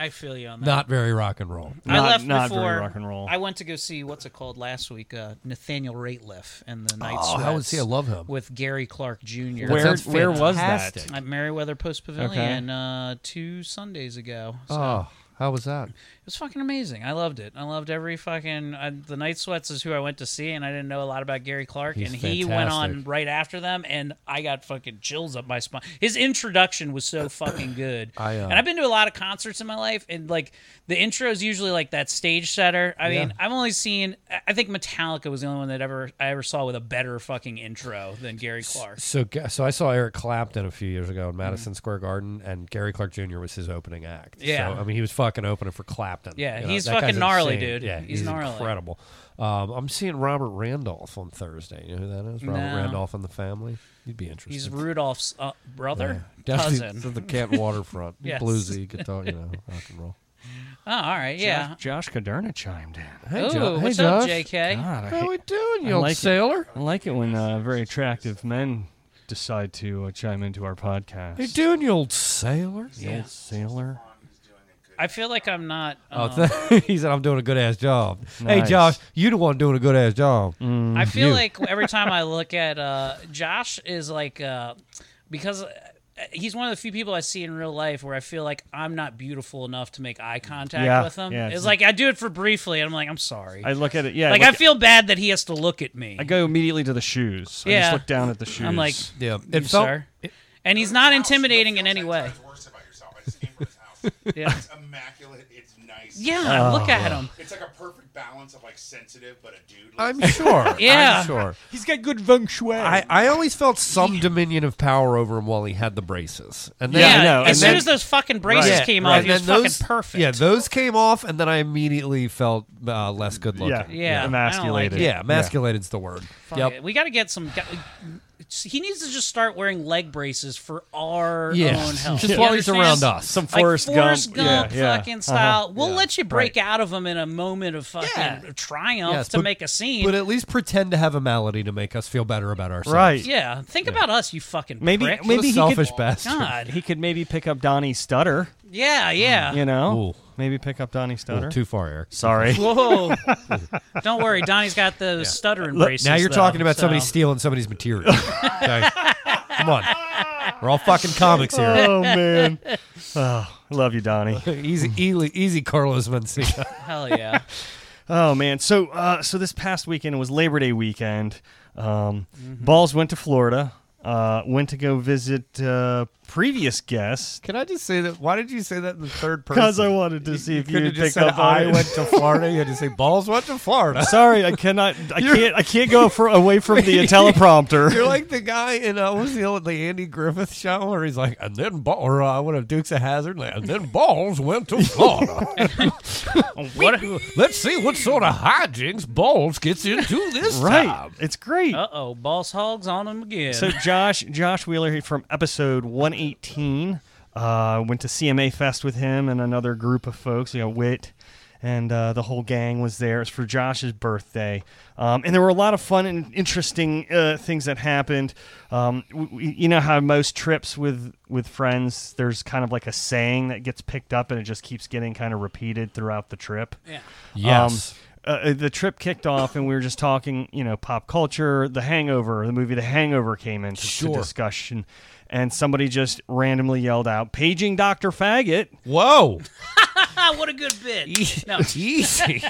I feel you on that. Not very rock and roll. I left before I went to go see what's it called last week? Uh, Nathaniel Rateliff and the Night Oh, Sweats. how would he? I love him. with Gary Clark Jr. That Where- sounds where was that? fantastic. At Meriwether Post Pavilion Okay. uh, two Sundays ago. So Oh, how was that? It was fucking amazing. I loved it. I loved every fucking. I, the Night Sweats is who I went to see, and I didn't know a lot about Gary Clark. He's and he went on fantastic. right after them, and I got fucking chills up my spine. His introduction was so [COUGHS] fucking good. I, uh, and I've been to a lot of concerts in my life, and like the intro is usually like that stage setter. I Yeah. mean, I've only seen. I- I think Metallica was the only one that ever I ever saw with a better fucking intro than Gary Clark. So, Ga- so I saw Eric Clapton a few years ago in Madison Square Garden, and Gary Clark Jr. was his opening act. Mm-hmm. Yeah. so, I mean he was fucking opening for Clapton. Yeah, You know, he's that guy's fucking gnarly, insane. dude. Yeah, He's he's, gnarly. incredible. Um, I'm seeing Robert Randolph on Thursday. You know who that is? Robert No. Randolph and the Family. You'd be interested. He's Rudolph's uh, brother, Yeah. Definitely cousin. to the Cat [LAUGHS] Waterfront, Yes. bluesy guitar, you know, rock and roll. Oh, all right, yeah. Josh, Josh Caderna chimed in. Hey, Jo- Ooh, hey, what's up, Josh. JK? God, I How hate- we doing, you I old like it. sailor? I like it when uh, very attractive men decide to uh, chime into our podcast. You doing, you old sailor? The old sailor. I feel like I'm not. Oh, um, th- [LAUGHS] he said, "I'm doing a good ass job." Nice. Hey, Josh, you the one doing a good ass job. I feel You. like every time I look at uh, Josh is like uh, because uh, he's one of the few people I see in real life where I feel like I'm not beautiful enough to make eye contact Yeah, with him. yeah, it's it's- like I do it for briefly, and I'm like, I'm sorry. I look at it. Yeah, like look I at- feel bad that he has to look at me. I go immediately to the shoes. I Yeah. just look down at the shoes. I'm like, yeah, "You, sir. and he's not intimidating in any way. [LAUGHS] Yeah. It's immaculate. It's nice. Yeah, Oh. look at him. It's like a perfect balance of like sensitive, but a dude. I'm sure. [LAUGHS] Yeah. I'm sure. He's got good feng shui. I, I always felt some dominion of power over him while he had the braces. And then, Yeah, and as soon then- as those fucking braces Yeah, came right. off, he was And fucking then those- perfect. Yeah, those came off, and then I immediately felt uh, less good looking. Yeah, Yeah, emasculated. I don't like it. yeah, emasculated's the word. Fuck it. We got to get some. gu- He needs to just start wearing leg braces for our Yeah. own health. Just You while he's understand? around us. Some Like Forrest Gump. Forrest Yeah, yeah. fucking style. Uh-huh. We'll Yeah. let you break out of him in a moment of fucking triumph Yes, to but- make a scene. But at least pretend to have a malady to make us feel better about ourselves. Yeah. Think about us, you fucking [LAUGHS] Maybe prick. maybe he selfish could, bastard. God. He could maybe pick up Donnie Stutter. Yeah, Hmm. yeah. You know, maybe pick up Donnie Stutter. too far, Eric. [LAUGHS] Sorry. Whoa. Don't worry, Donnie's got those stuttering Look, braces. now you're though, talking about so. somebody stealing somebody's material. okay? Come on. We're all fucking comics here. [LAUGHS] Oh man. Oh, I love you, Donnie. easy, easy, easy, Carlos Mencia. Hell yeah. Oh man. So uh, so this past weekend it was Labor Day weekend. Um, Mm-hmm. Balls went to Florida. Uh, went to go visit uh, previous guests [LAUGHS] Can I just say that? Why did you say that in the third person? because I wanted to see if You you could've would just pick said, up on I it. went to Florida. You had to say balls went to [LAUGHS] Florida. [LAUGHS] Sorry, I cannot. [LAUGHS] I can't. I can't go for, away from the teleprompter. You're like the guy in uh, what was the old the Andy Griffith show where he's like, and then ball or uh, what a Dukes of Hazard, and then balls went to [LAUGHS] Florida. what? Let's see what sort of hijinks balls gets into this right. time. It's great. Uh oh, boss hogs on him again. So Josh, Josh Wheeler here from episode 118, uh, went to CMA Fest with him and another group of folks, you know, Wit and uh, the whole gang was there. It was for Josh's birthday, um, and there were a lot of fun and interesting uh, things that happened. Um, we, we- you know how most trips with with friends, there's kind of like a saying that gets picked up and it just keeps getting kind of repeated throughout the trip. Yeah. Yes. Um, uh, the trip kicked off, and we were just talking, you know, pop culture. The Hangover, the movie The Hangover, came into to Sure. discussion, and somebody just randomly yelled out, "Paging Doctor Faggot," Um, Whoa. Ah, what a good [LAUGHS] bit. Um, No. Easy.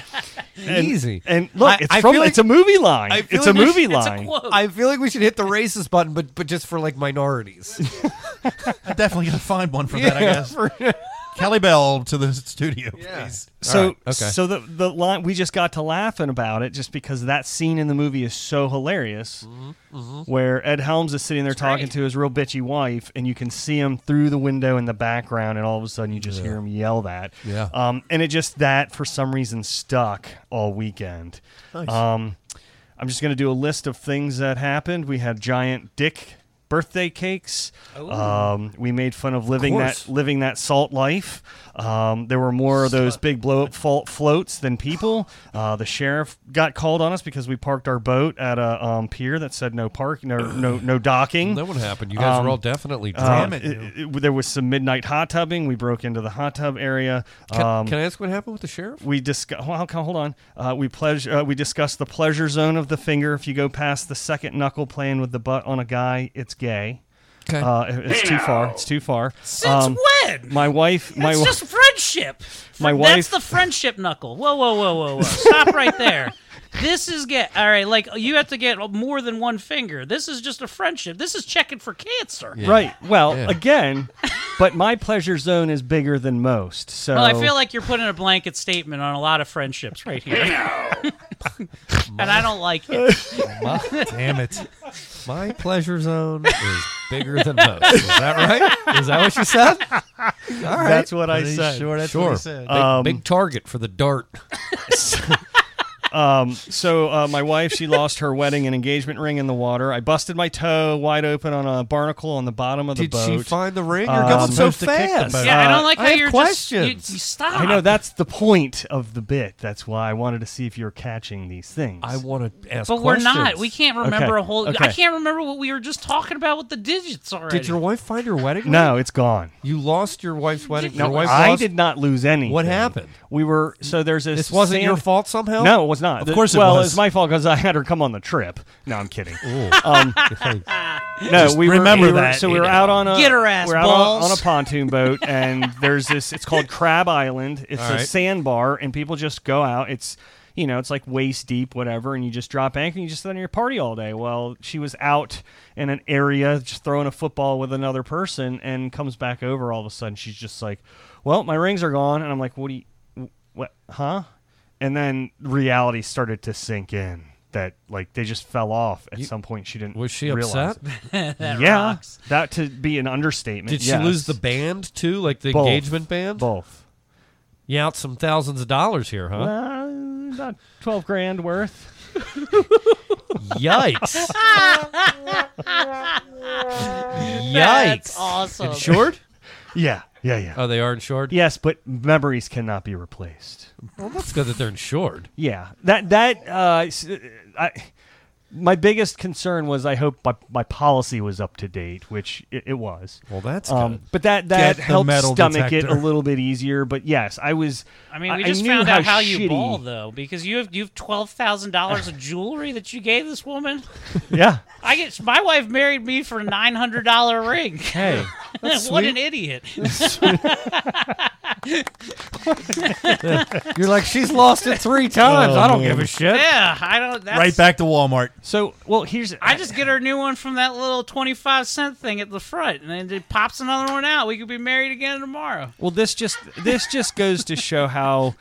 and, Easy. And look, I- it's I from feel like- it's a movie line. I feel It's like a we should- movie It's a line. quote. I feel like we should hit the racist button, but but just for like minorities. [LAUGHS] I'm definitely gonna find one for that. I guess. For- Kelly Bell to the studio, please. So, so the the line we just got to laughing about it just because that scene in the movie is so hilarious, mhm. where Ed Helms is sitting there talking to his real bitchy wife, and you can see him through the window in the background, and all of a sudden you just Yeah. hear him yell that. Yeah. Um, and it just that for some reason stuck all weekend. Nice. Um, I'm just gonna do a list of things that happened. We had giant dick birthday cakes. Ooh. Um, we made fun of living that course. living that salt life. Um, there were more of those big blow up fault floats than people. Uh, the sheriff got called on us because we parked our boat at a um, pier that said no park, no no no docking. Um, That would happen. You guys were all definitely drunk. it- it- there was some midnight hot tubbing. We broke into the hot tub area. Can- can I ask what happened with the sheriff? We discuss. Well, okay, hold on. Uh, we pleasure. Uh, we discussed the pleasure zone of the finger. If you go past the second knuckle playing with the butt on a guy, it's gay. Okay. Uh, it- it's too far. It's too far. Um, Since when? My wife. My It's wi- just friendship. My That's wife- the friendship knuckle. Whoa, whoa, whoa, whoa, whoa. Stop [LAUGHS] right there. This is get all right. Like you have to get more than one finger. This is just a friendship. This is checking for cancer. Right. Well, Yeah. [LAUGHS] again, but my pleasure zone is bigger than most. So Well, I feel like you're putting a blanket statement on a lot of friendships right here. [LAUGHS] and I don't like [LAUGHS] My- it. damn it. My pleasure zone is bigger than most. [LAUGHS] Is that right? Is that what you said? All right. That's what I Pretty said. Sure, that's what Sure. he said. Big, Um, big target for the dart. um, so uh, my wife, she lost her wedding and engagement ring in the water. I busted my toe wide open on a barnacle on the bottom of the Did boat. she find the Uh, ring? You're going so supposed to kick the fast. boat. Yeah, I don't Uh, like how I have you're just questions. you, you stop. I know that's the point of the bit. That's why I wanted to see if you're catching these things. I want to But we're not. We can't remember a whole. Okay. I can't remember what we were just talking about with the digits already. Did your wife find her wedding ring? No, it's gone. You lost your wife's wedding. No, your wife I lost- did not lose any. What happened? We were so there's this. This wasn't sand- your fault somehow? No, it was not. Of The- course it well, was. it's my fault because I had her come on the trip. No, I'm kidding. [LAUGHS] Um, no, Just we were- remember we were- that, So you we were know. out on a Get her ass, We're out on, on balls. a [LAUGHS] pontoon boat, and there's this. It's called Crab Island. It's All a right. sandbar, and people just go out. It's you know, it's like waist deep, whatever, and you just drop anchor and you just sit on your party all day. Well, she was out in an area just throwing a football with another person and comes back over all of a sudden. She's just like, Well, my rings are gone. And I'm like, What do you, what, huh? And then reality started to sink in that like they just fell off at some point. She didn't. Was she realize upset? it. That yeah, that to be an understatement. Did she yes. lose the band too, like the Both. engagement band? Both. You out some thousands of dollars here, huh? Well, Uh, about twelve grand worth. [LAUGHS] Yikes! Yikes! That's awesome. Insured? Yeah, yeah, yeah. Oh, they are insured. Uh, Yes, but memories cannot be replaced. Well, that's good that they're insured. Yeah, that that uh, s- I. My biggest concern was I hope my, my policy was up to date, which it, it was. Um, Well, that's good. But that Get that the helped metal stomach it detector. a little bit easier. But yes, I was. I mean, we just knew found out how, how you shitty- ball though, because you have you have twelve thousand dollars of jewelry that you gave this woman. [LAUGHS] Yeah. I get my wife married me for a nine hundred dollar ring. Hey, [LAUGHS] [LAUGHS] what that's an sweet. [LAUGHS] idiot! You're like she's lost it [LAUGHS] three times. Oh, I don't man. give a shit. Yeah, I don't. That's, Right back to Walmart. So, well, here's I just get her a new one from that little twenty-five cent thing at the front, and then it pops another one out. We could be married again tomorrow. Well, this just this just goes to show how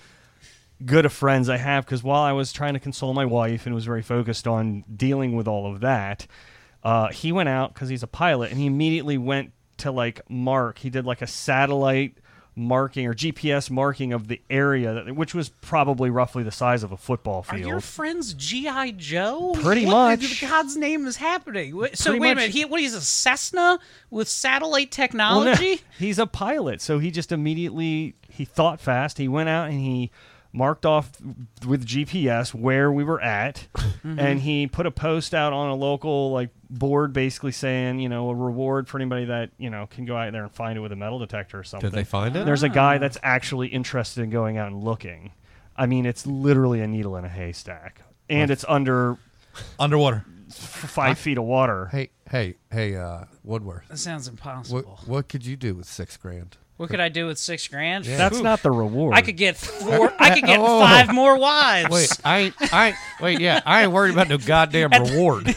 good of friends I have. Because while I was trying to console my wife and was very focused on dealing with all of that, uh, he went out because he's a pilot, and he immediately went to like mark. He did like a satellite marking or GPS marking of the area, that, which was probably roughly the size of a football Are field. your friends GI Joe? Pretty what much. In God's name is happening. Wait- So Pretty wait a much. minute. He what? He's a Cessna with Well, no, satellite technology. [LAUGHS] he's a pilot, so he just immediately he thought fast. He went out and he marked off with GPS where we were at, Mm-hmm. and he put a post out on a local like board, basically saying, you know, a reward for anybody that you know can go out there and find it with a metal detector or something. they find it? There's a guy Ah. that's actually interested in going out and looking. I mean, it's literally a needle in a haystack, and Wow. it's under underwater, five feet of water. Hey, hey, hey, uh, Woodworth. That sounds What- impossible. What, could you do with six grand? What could I do with six grand? Yeah. That's Oof. not the reward. I could get four. I could get five more wives. Oh. Wait, I ain't, I ain't, wait, yeah, I ain't worried about no goddamn reward.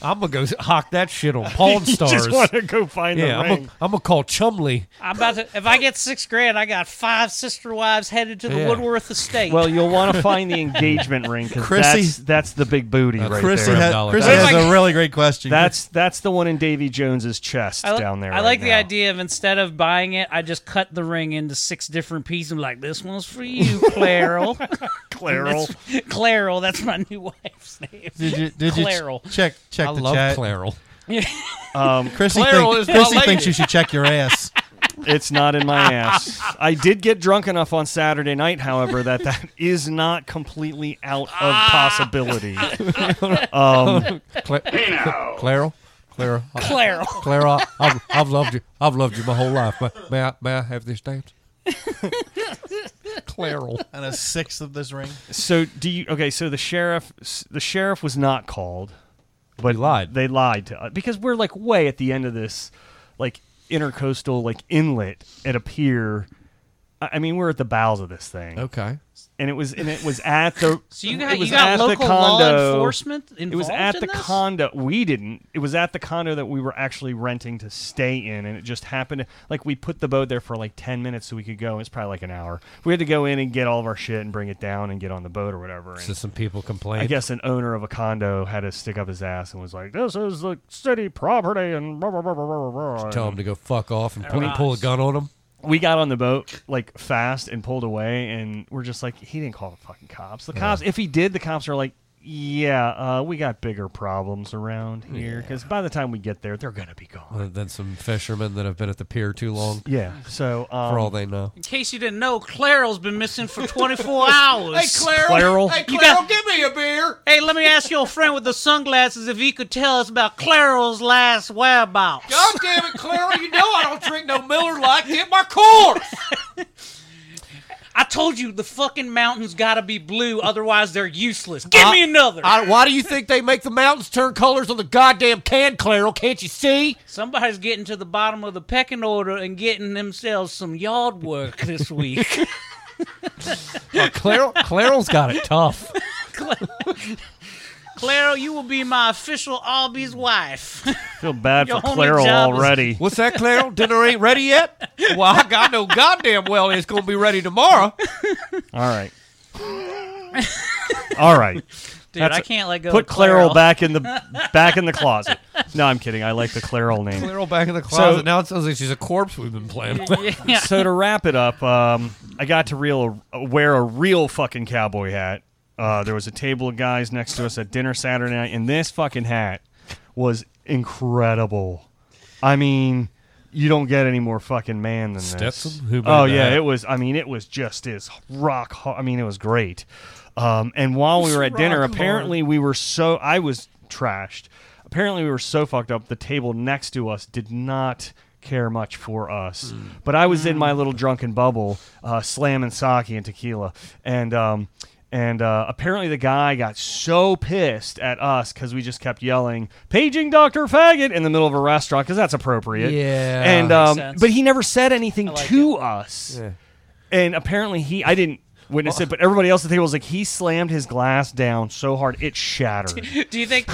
I'm gonna go hawk that [LAUGHS] shit on Pawn [LAUGHS] You Stars. just wanna go find the yeah, I'm ring. gonna, I'm gonna call Chumley. I'm about to. If I get six grand, I got five sister wives headed to the Yeah. Woodworth estate. Well, you'll want [LAUGHS] to find the engagement ring because Chrissy- that's, that's the big booty right Chrissy there. has- Dollar Chrissy bill. has a really great question. That's that's the one in Davy Jones's chest I li- down there. I right like the now. idea of instead of buying it, I just cut the ring into six different pieces. I'm like, this one's for you, [LAUGHS] Claral. Claral. That's- Claral. That's my new [LAUGHS] wife's name. Did you did you Claral. ch- check check I the love chat? Claral. Um, Chrissy, Claral think- is my Chrissy lady. thinks you should check your ass. It's not in my ass. I did get drunk enough on Saturday night, however, that that is not completely out of Ah! possibility. Um, [LAUGHS] Cla- Hey now. Claral, Claral, I- [LAUGHS] Claral. Claral. I've, I've loved you. I've loved you my whole life. May, may I may I have this dance? Claral. And a sixth of this ring. so do you? Okay, so the sheriff, the sheriff was not called, but lied. They lied to us because we're like way at the end of this, like intercoastal, like inlet at a pier. I I mean, we're at the bowels of this thing. Okay. And it was and it was at the [LAUGHS] So you it got was you got at the local law condo. enforcement involved It was at in the this? condo. We didn't. It was at the condo that we were actually renting to stay in, and it just happened. Like we put the boat there for like ten minutes so we could go. It's probably like an hour. We had to go in and get all of our shit and bring it down and get on the boat or whatever. And So some people complain. I guess an owner of a condo had to stick up his ass and was like, "This is the city property," and blah, blah, blah, blah, blah, blah, blah. Tell them to go fuck off and pull, Right. pull a gun on them. we got on the boat like fast and pulled away, and we're just like, he didn't call the fucking cops. The cops, if he did, the cops are like, yeah, uh, we got bigger problems around here because by the time we get there, they're gonna be gone. Other than Uh, some fishermen that have been at the pier too long. Yeah. So um, For all they know. In case you didn't know, Claral's been missing for [LAUGHS] 24 hours. Hey, Claral. Claral? Hey, You Claral, got- give me a beer. Hey, let me ask your friend with the sunglasses if he could tell us about Claral's last whereabouts. God damn it, Claral. You know I don't drink no Miller Lite. Get my course. [LAUGHS] I told you the fucking mountains gotta be blue, otherwise they're useless. Give me another. I, why do you think they make the mountains turn colors on the goddamn can, Claral? Can't you see? Somebody's getting to the bottom of the pecking order and getting themselves some yard [LAUGHS] work this week. Claral, Claral's Uh, got it tough. Claral, you will be my official Albie's wife. [LAUGHS] feel bad Your for only Claral job is- [LAUGHS] already. What's that, Claral? Dinner ain't ready yet? Well, I got no goddamn well it's going to be ready tomorrow. all [LAUGHS] right. all right. Dude, I can't let go Put of Claral. Claral back in the back in the closet. No, I'm kidding. I like the Claral [LAUGHS] name. Claral back in the closet. closet. now it sounds like she's a corpse we've been playing with. Yeah. so to wrap it up, um, I got to real wear a real fucking cowboy hat. Uh, there was a table of guys next to us at dinner Saturday night, and this fucking hat was incredible. I mean, you don't get any more fucking man than Stetson? this. Who made oh yeah, that? it was. I mean, it was just as rock. Hard. I mean, it was great. Um, and while we were at dinner, Rock apparently we were so I was trashed. Apparently we were so fucked up. The table next to us did not care much for us, but I was in my little drunken bubble, uh, slamming sake and tequila, and um, and uh, apparently the guy got so pissed at us because we just kept yelling "paging Doctor Faggot" in the middle of a restaurant because that's appropriate. Yeah. and Makes um, sense. but he never said anything like to us. And apparently he, I didn't witness it, but everybody else at the table was like, he slammed his glass down so hard it shattered. do you think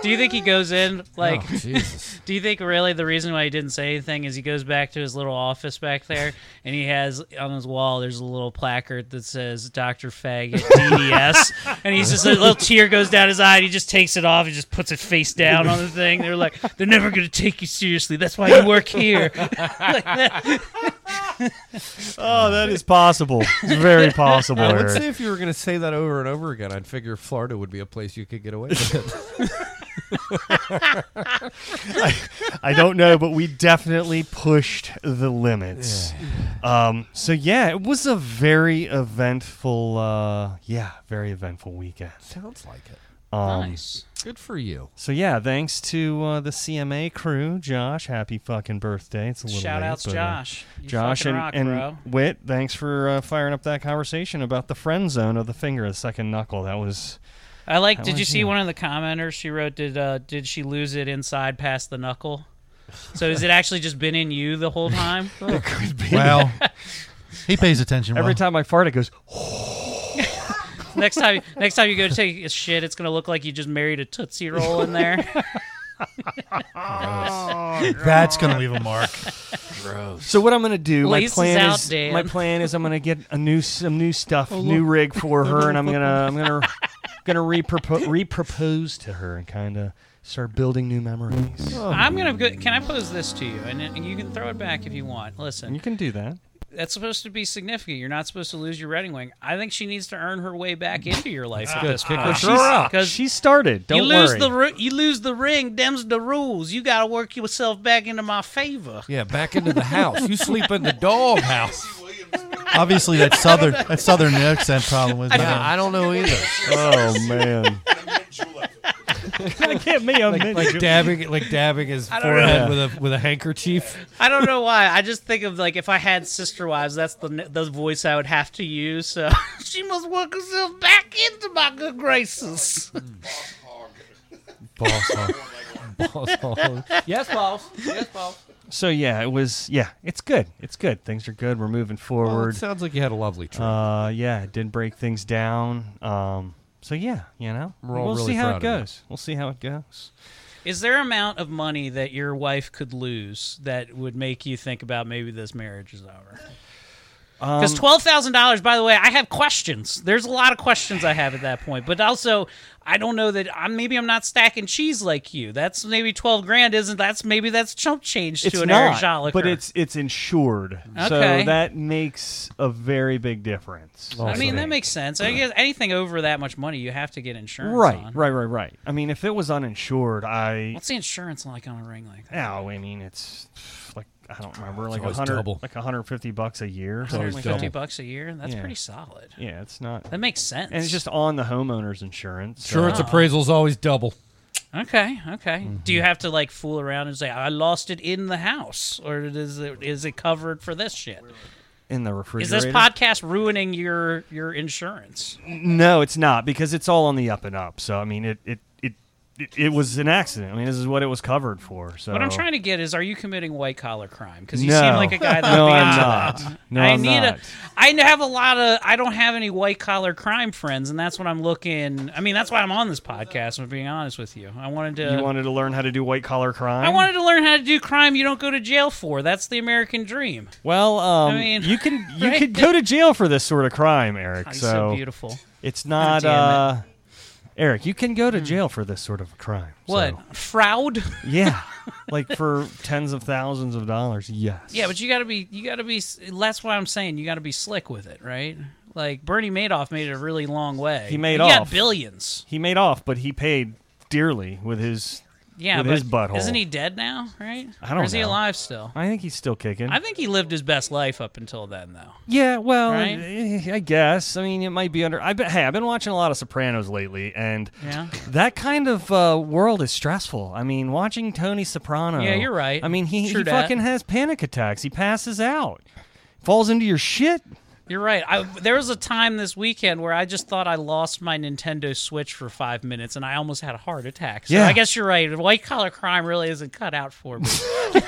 do you think he goes in like Oh, Jesus. [LAUGHS] do you think really the reason why he didn't say anything is he goes back to his little office back there and he has on his wall there's a little placard that says Dr. [LAUGHS] Faggot DDS and he's just a little tear goes down his eye and he just takes it off and just puts it face down on the thing. They're like, they're never gonna take you seriously. That's why you work here. [LAUGHS] Oh, that is possible. [LAUGHS] It's very possible, I would Eric. say if you were going to say that over and over again, I'd figure Florida would be a place you could get away with it. [LAUGHS] I don't know, but we definitely pushed the limits. Um, so yeah, it was a very eventful, uh, yeah, very eventful weekend. Sounds like it. [LAUGHS] Um, nice. Good for you. So yeah, thanks to uh, the CMA crew, Josh. Happy fucking birthday! It's a little Shout late, outs but, uh, Josh. You Josh fucking and, rock, and bro. Wit, thanks for uh, firing up that conversation about the friend zone of the finger, the second knuckle. That was I like. That Did you was see you. one of the commenters? She wrote, "Did uh, did she lose it inside past the knuckle?" So has it actually just been in you the [LAUGHS] whole time? It could be. Well, he pays attention. Every Will. time I fart, it goes. next time, next time you go take a shit, it's gonna look like you just married a tootsie roll in there. [LAUGHS] That's gonna leave a mark. Gross. So what I'm gonna do? My Laces plan out, is Dan. my plan is I'm gonna get a new some new stuff, new rig for her, and I'm gonna I'm [LAUGHS] gonna gonna repropose repropose to her and kind of start building new memories. I'm gonna. Go, can I pose this to you? And, and you can throw it back if you want. Listen, You can do that. that's supposed to be significant. You're not supposed to lose your wedding wing. I think she needs to earn her way back Mm. into your life at this point. Well, she's- she started. Don't you lose worry. the [LAUGHS] ru- you lose the ring. Them's the rules. You got to work yourself back into my favor. Yeah, back into the house. You sleep in the dog house. Obviously, that southern that southern accent problem was. Yeah, I don't know either. oh man. Get me a Like, mint like julep. dabbing, like dabbing his don't forehead know. with a with a handkerchief. I don't know why. I just think of like if I had sister wives, that's the the voice I would have to use. So [LAUGHS] she must work herself back into my good graces. Boss hog. Boss hog. Yes, boss. Yes, boss. So yeah, it was yeah, it's good. It's good. Things are good. We're moving Well, it forward. sounds like you had a lovely trip. uh yeah, it didn't break things down. Um so yeah, you know. We're all we'll really see how proud it of you. goes. We'll see how it goes. Is there amount of money that your wife could lose that would make you think about maybe this marriage is over? Um, Because twelve thousand dollars, by the way, I have questions. There's a lot of questions I have at that point, but also I don't know that I'm maybe I'm not stacking cheese like you. That's maybe twelve grand isn't. That's maybe that's chump change to an Eric Joliker. but it's it's insured. So Okay. that makes a very big difference. I mean that makes sense. I guess anything over that much money, you have to get insurance. right, on. right, right, right. I mean, if it was uninsured, I What's the insurance like on a ring like that? oh, I mean, it's like I don't remember, like a always hundred, double. like hundred fifty bucks a year. or something always like that. Fifty double. bucks a year. That's Yeah. pretty solid. Yeah, it's not, That makes sense. and it's just on the homeowner's insurance. uh, so- Insurance appraisal's always double. Okay, okay. Do Mm-hmm. you have to like fool around and say I lost it in the house, or is it is it covered for this shit? in the Is refrigerator. this podcast ruining your your insurance? No, it's not because it's all on the up and up. So I mean, it it it it, it was an accident. I mean, this is what it was covered for. So What I'm trying to get is, are you committing white collar crime? Because you No. seem like [LAUGHS] a guy that No, would be I'm into not. that. No, I I'm need not. a. I have a lot of. I don't have any white collar crime friends, and that's what I'm looking. I mean, that's why I'm on this podcast. I'm being honest with you. I wanted to. You wanted to learn how to do white collar crime. I wanted to learn how to do crime you don't go to jail for. That's the American dream. Well, um, I mean, you [LAUGHS] can you right? could go to jail for this sort of crime, Eric. God, he's so, so beautiful. it's not God Hmm. uh, Eric. You can go to jail for this sort of crime. What so- fraud? [LAUGHS] yeah, like for tens of thousands of dollars. Yes. Yeah, but you got to be, you got to be. That's why I'm saying you got to be slick with it, right? Like Bernie Madoff made it a really long way. He made he got off. billions. he made off, but he paid dearly with his. Yeah, With but his butthole. isn't he dead now? Right? I don't Or is he know. alive still? I think he's still kicking. I think he lived his best life up until then, though. yeah, well, Right? eh, I guess. I mean, it might be under. I bet. Hey, I've been watching a lot of Sopranos lately, and Yeah. that kind of uh, world is stressful. I mean, watching Tony Soprano. Yeah, you're right. I mean, he, True he dat. fucking has panic attacks. He passes out, falls into your shit. You're right. I, there was a time this weekend where I just thought I lost my Nintendo Switch for five minutes, and I almost had a heart attack. So Yeah. I guess you're right. White collar crime really isn't cut out for me.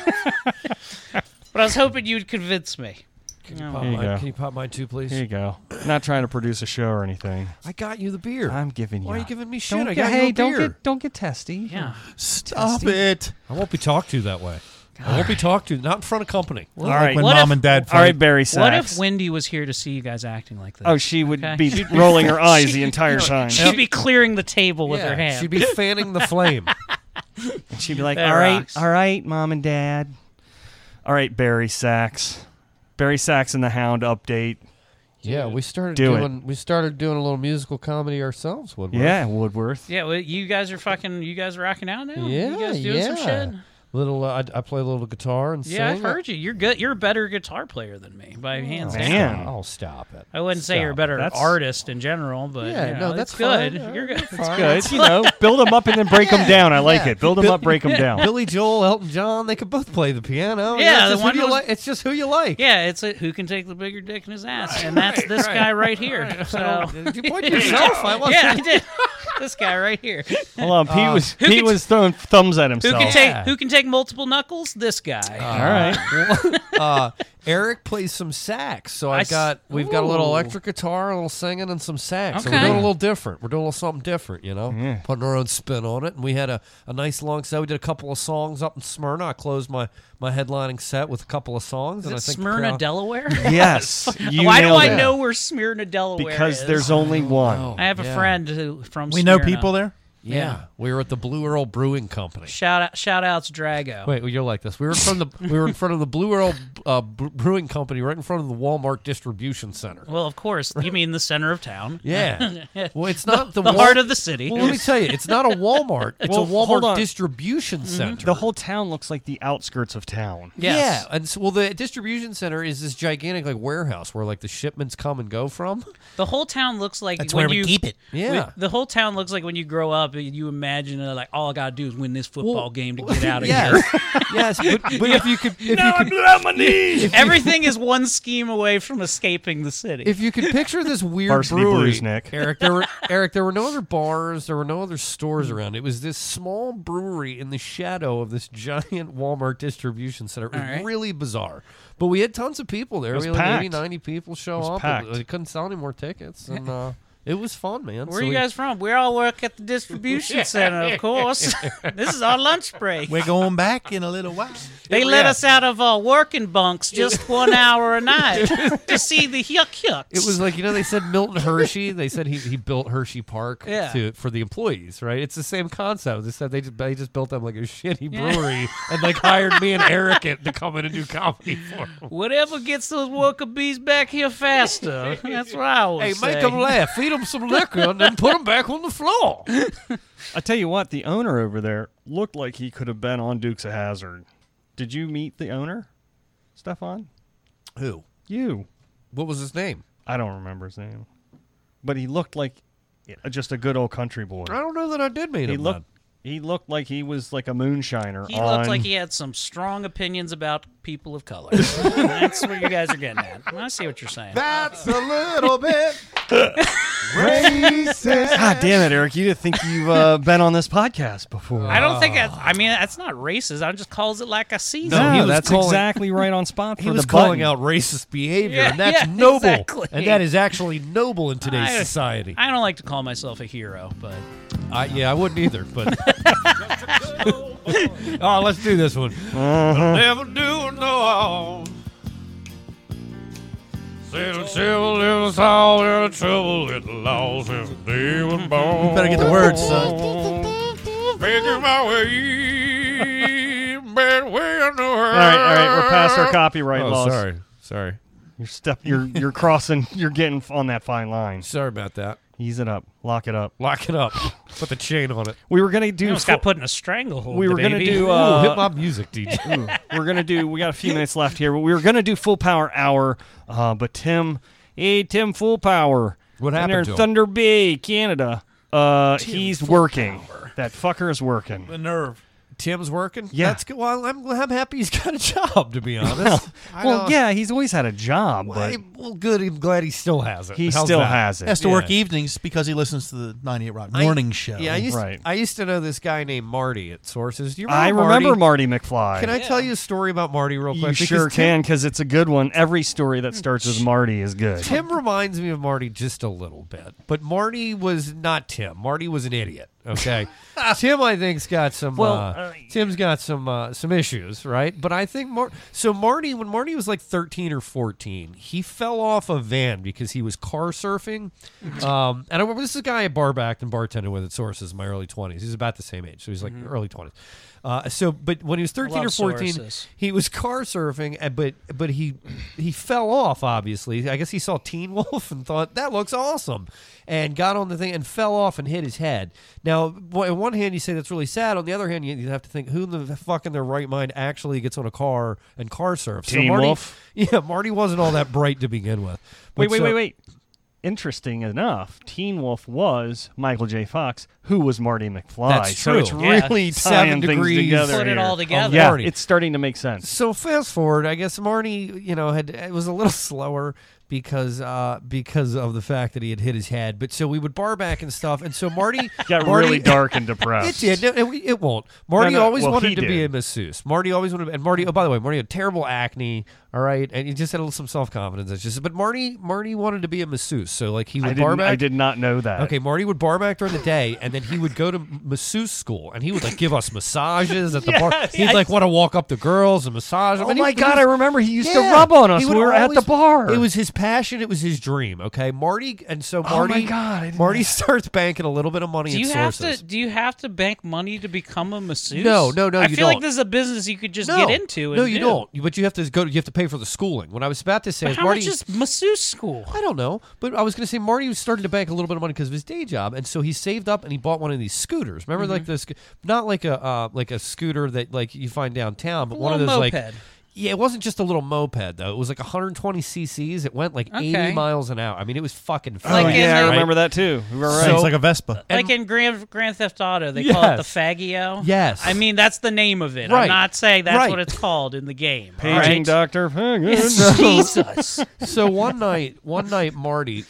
but I was hoping you'd convince me. Pop Here you mine- go. Can you pop mine too, please? Here you go. Not trying to produce a show or anything. I got you the beer. I'm giving you. Why are you a- giving me shit? Don't I get- got hey, you a don't beer. get don't get testy. Yeah. Stop it. I won't be talked to that way. I won't be talked to. Not in front of company. All right, when What mom if- and dad All fight. right, Barry What if Sacks. Wendy was here to see you guys acting like this? oh, she would Okay. [LAUGHS] be rolling her eyes the entire time. She'd be clearing the table with Yeah, her [LAUGHS] hand. She'd be fanning the flame. She'd be like, That "All right, rocks. all right, mom and dad. All right, Barry Sacks. Barry Sacks and the Hound update. yeah, we started Do it. doing. We started doing a little musical comedy ourselves. Woodward. Yeah, Woodworth. Yeah, well, you guys are fucking. You guys are rocking out now. yeah, you guys doing yeah. some shit. Little, uh, I, I play a little guitar and Yeah, I've sing. heard you. You're good. You're a better guitar player than me by hands down. Man. Oh, stop it! I wouldn't say you're a Stop. better That's- artist in general, but Yeah, you know, no, it's that's good. fine. You're good. Fine. Good, you know, build them up and then break them down. I like it. Build them up, break them [LAUGHS] down. Billy Joel, Elton John, they could both play the piano. it's, Yeah, the just one who you was- like. it's just who you like. Yeah, it's a, who can take the bigger dick in his ass, and that's this guy right here. So [LAUGHS] Did you point to yourself? I wasn't. yeah, I did. this guy right here. Hold on, Pete Uh, was who Pete can- was throwing thumbs at Who himself. can take who can take multiple knuckles? This guy. Uh, All right. uh, Eric plays some sax, so I, I s- got we've got a little Ooh. electric guitar, a little singing, and some sax. So we're Okay. doing a little different. We're doing a little something different, you know, putting our own spin on it. And we had a, a nice long set. We did a couple of songs up in Smyrna. I closed my my headlining set with a couple of songs. Is and it I think the Smyrna, crowd- Delaware? [LAUGHS] Yes, you Why do nailed I it. Oh, know where Smyrna, Delaware Because is? there's only one. I have a yeah. friend who from. We know Smyrna. people there? Yeah. Yeah, we were at the Blue Earl Brewing Company. Shout out! Shout outs, Drago. Wait, well, you're like this. We were in front of the we were in front of the Blue Earl uh, Bre- Brewing Company, right in front of the Walmart distribution center. Well, of course, you mean the center of town. [LAUGHS] Yeah. Well, it's The- not the, the Wal- heart of the city. Well, let me tell you, it's not a Walmart. It's Well, a hold Walmart on. distribution Mhm. center. The whole town looks like the outskirts of town. Yeah, and so, well, the distribution center is this gigantic like warehouse where like the shipments come and go from. The whole town looks like That's when where we you, keep it. Yeah. The whole town looks like when you grow up, you imagine uh, like all I gotta do is win this [LAUGHS] football game to get out of yes. here. yes, but, but if you could, if Now you could, If you- [LAUGHS] Everything is one scheme away from escaping the city. If you could picture [LAUGHS] this weird Varsity brewery, Blues, Nick. [LAUGHS] Eric, [LAUGHS] there were Eric, there were no other bars, there were no other stores around. It was this small brewery in the shadow of this giant Walmart distribution center. It was All right. really bizarre, but we had tons of people there. It was we had like packed. 80, 90 people show It was up. packed. And, uh, couldn't sell any more tickets, [LAUGHS] and uh, it was fun, man. Where So are you we- guys from? We all work at the [LAUGHS] distribution center, of course. [LAUGHS] this is our lunch break. We're going back in a little while. They oh, let Yeah. us out of our working bunks [LAUGHS] just one hour a night to see the yuck yucks. It was like you know they said [LAUGHS] Milton Hershey. They said he, he built Hershey Park Yeah. to for the employees, right? It's the same concept. They said they just they just built them like a [LAUGHS] shitty Yeah. brewery and like hired me and Eric in- to come in and do comedy for 'em. Whatever gets those worker bees back here faster. That's what I always Hey, say. make them laugh, feed them some liquor, and then put them back on the floor. I tell you what, the owner over there looked like he could have been on Dukes of Hazard. Did you meet the owner, Stefan? [LAUGHS] Who? You. What was his name? I don't remember his name, but he looked like uh, just a good old country boy. I don't know that I did meet He him. looked. He looked like he was like a moonshiner. He on- looked like he had some strong opinions about people of color. [LAUGHS] That's what you guys are getting at. I see what you're saying. That's a [LAUGHS] little bit God damn it, Eric! You didn't think you've uh, been on this podcast before. I don't think Ah. that's. I mean, that's not racist. I just calls it like I see. No, it. he was that's calling- exactly right on spot for He was the calling out button. racist behavior, Yeah, and that's yeah, noble, exactly. and that is actually noble in today's I- society. I don't like to call myself a hero, but I, yeah, I wouldn't either, but. [LAUGHS] oh, let's do this one. Never do no harm. Little civil, little sorrow, little trouble, little loss since the day was born. Better get the words, son. Making my way, bad way in the world. All right, all right, we're past our copyright Oh, laws. sorry, sorry, You're step. You're you're crossing. You're getting on that fine line. sorry about that. Ease it up. Lock it up. Lock it up. Put the chain on it. We were gonna I do. almost got put in a stranglehold. we were going to gonna do. Ooh, hip Uh, hop music, DJ. ooh, we're gonna do. We got a few minutes left here, but we were gonna do full power hour. Uh, but Tim, hey Tim, full power. What in there happened to in him? Thunder Bay, Canada. Uh, he's working. That fucker is working. [LAUGHS] The nerve. Tim's working. Yeah. that's good. Well, I'm, I'm happy he's got a job. To [LAUGHS] be honest, I Well, don't- yeah, he's always had a job, but Hey, well, good. I'm glad he still has it. he How's still that? has Has it. to work Yeah. evenings because he listens to the 98 Rock I- morning show. Yeah, I used, Right. I used to know this guy named Marty at Sources. Do you I remember remember Marty? Marty McFly. Can I tell you a story about Marty real You quick? Because sure Tim- can, because it's a good one. Every story that starts with Marty is good. Tim reminds me of Marty just a little bit, but Marty was not Tim. Marty was an idiot. Okay, Tim, I think's got some. Well, uh, uh, Tim's got some uh, some issues, right? But I think Mar- so. Marty, when Marty was like thirteen or fourteen, he fell off a van because he was car surfing. Um, and I remember this is a guy I bar backed and bartended with at Sources in my early twenties. He's about the same age, so he's like early twenties. Uh, so, but when he was thirteen or Love fourteen, Sources. he was car surfing, and- but but he he fell off. Obviously, I guess he saw Teen [LAUGHS] Wolf and thought that looks awesome, and got on the thing and fell off and hit his head. Now, wh- on one hand, you say that's really sad. On the other hand, you, you have to think who in the fuck in their right mind actually gets on a car and car surfs. Teen Marty, Wolf? [LAUGHS] Yeah, Marty wasn't all that bright to begin with. Wait, But wait, so- wait, wait. Interesting enough, Teen Wolf was Michael J. Fox, who was Marty McFly. That's So true. it's Yeah. really Seven tying things degrees. together. Put it here. Oh, all together. Yeah, Marty. it's starting to make sense. So fast forward, I guess Marty, you know, had it was a little [LAUGHS] slower, because uh, because of the fact that he had hit his head. But so we would bar back and stuff, and so Marty [LAUGHS] Got Marty- really dark and depressed. It [LAUGHS] did. No, It, it won't. Marty No, no, always well, wanted he to be a did. masseuse. Marty always wanted, and Marty. Oh, by the way, Marty had terrible acne. All right, and he just had a little, some self confidence issues. But Marty, Marty wanted to be a masseuse, so like he would I didn't- bar back. I did not know that. Okay, Marty would bar back during the day, and then he would go to masseuse school, and he would like give us massages at the bar. Yes. He'd like want to walk up to girls and massage. them. Oh And he- my he God, was- I remember he used to rub on us He when would we were at the bar. Oh It was his passion. It was his dream. Okay, Marty, and so my Marty. God, I didn't Marty starts banking a little bit of money. Do in you have sources. to? Do you have to bank money to become a masseuse? No, no, no, I you feel like don't. this is a business you could just no, get into. And no, you do. don't. You- But you have to go. You have to pay for the schooling. When I was about to say, But is how Marty, much is masseuse school? I don't know, but I was going to say Marty was starting to bank a little bit of money because of his day job, and so he saved up and he bought one of these scooters. Remember, Mm-hmm. like this, not like a uh, like a scooter that like you find downtown, but A one of those little like. moped. Yeah, it wasn't just a little moped though. It was like 120 cc's. It went like 80 Okay. miles an hour. I mean, it was fucking. Oh, fast, yeah, I right? remember that too. We were right. So- It's like a Vespa. Like in Grand Grand Theft Auto, they call it the Yes. Faggio. Yes. I mean that's the name of it. Right. I'm not saying that's Right. what it's called in the game. all [LAUGHS] Paging right? Dr. Fagan. [LAUGHS] Jesus. so one night, one night, Marty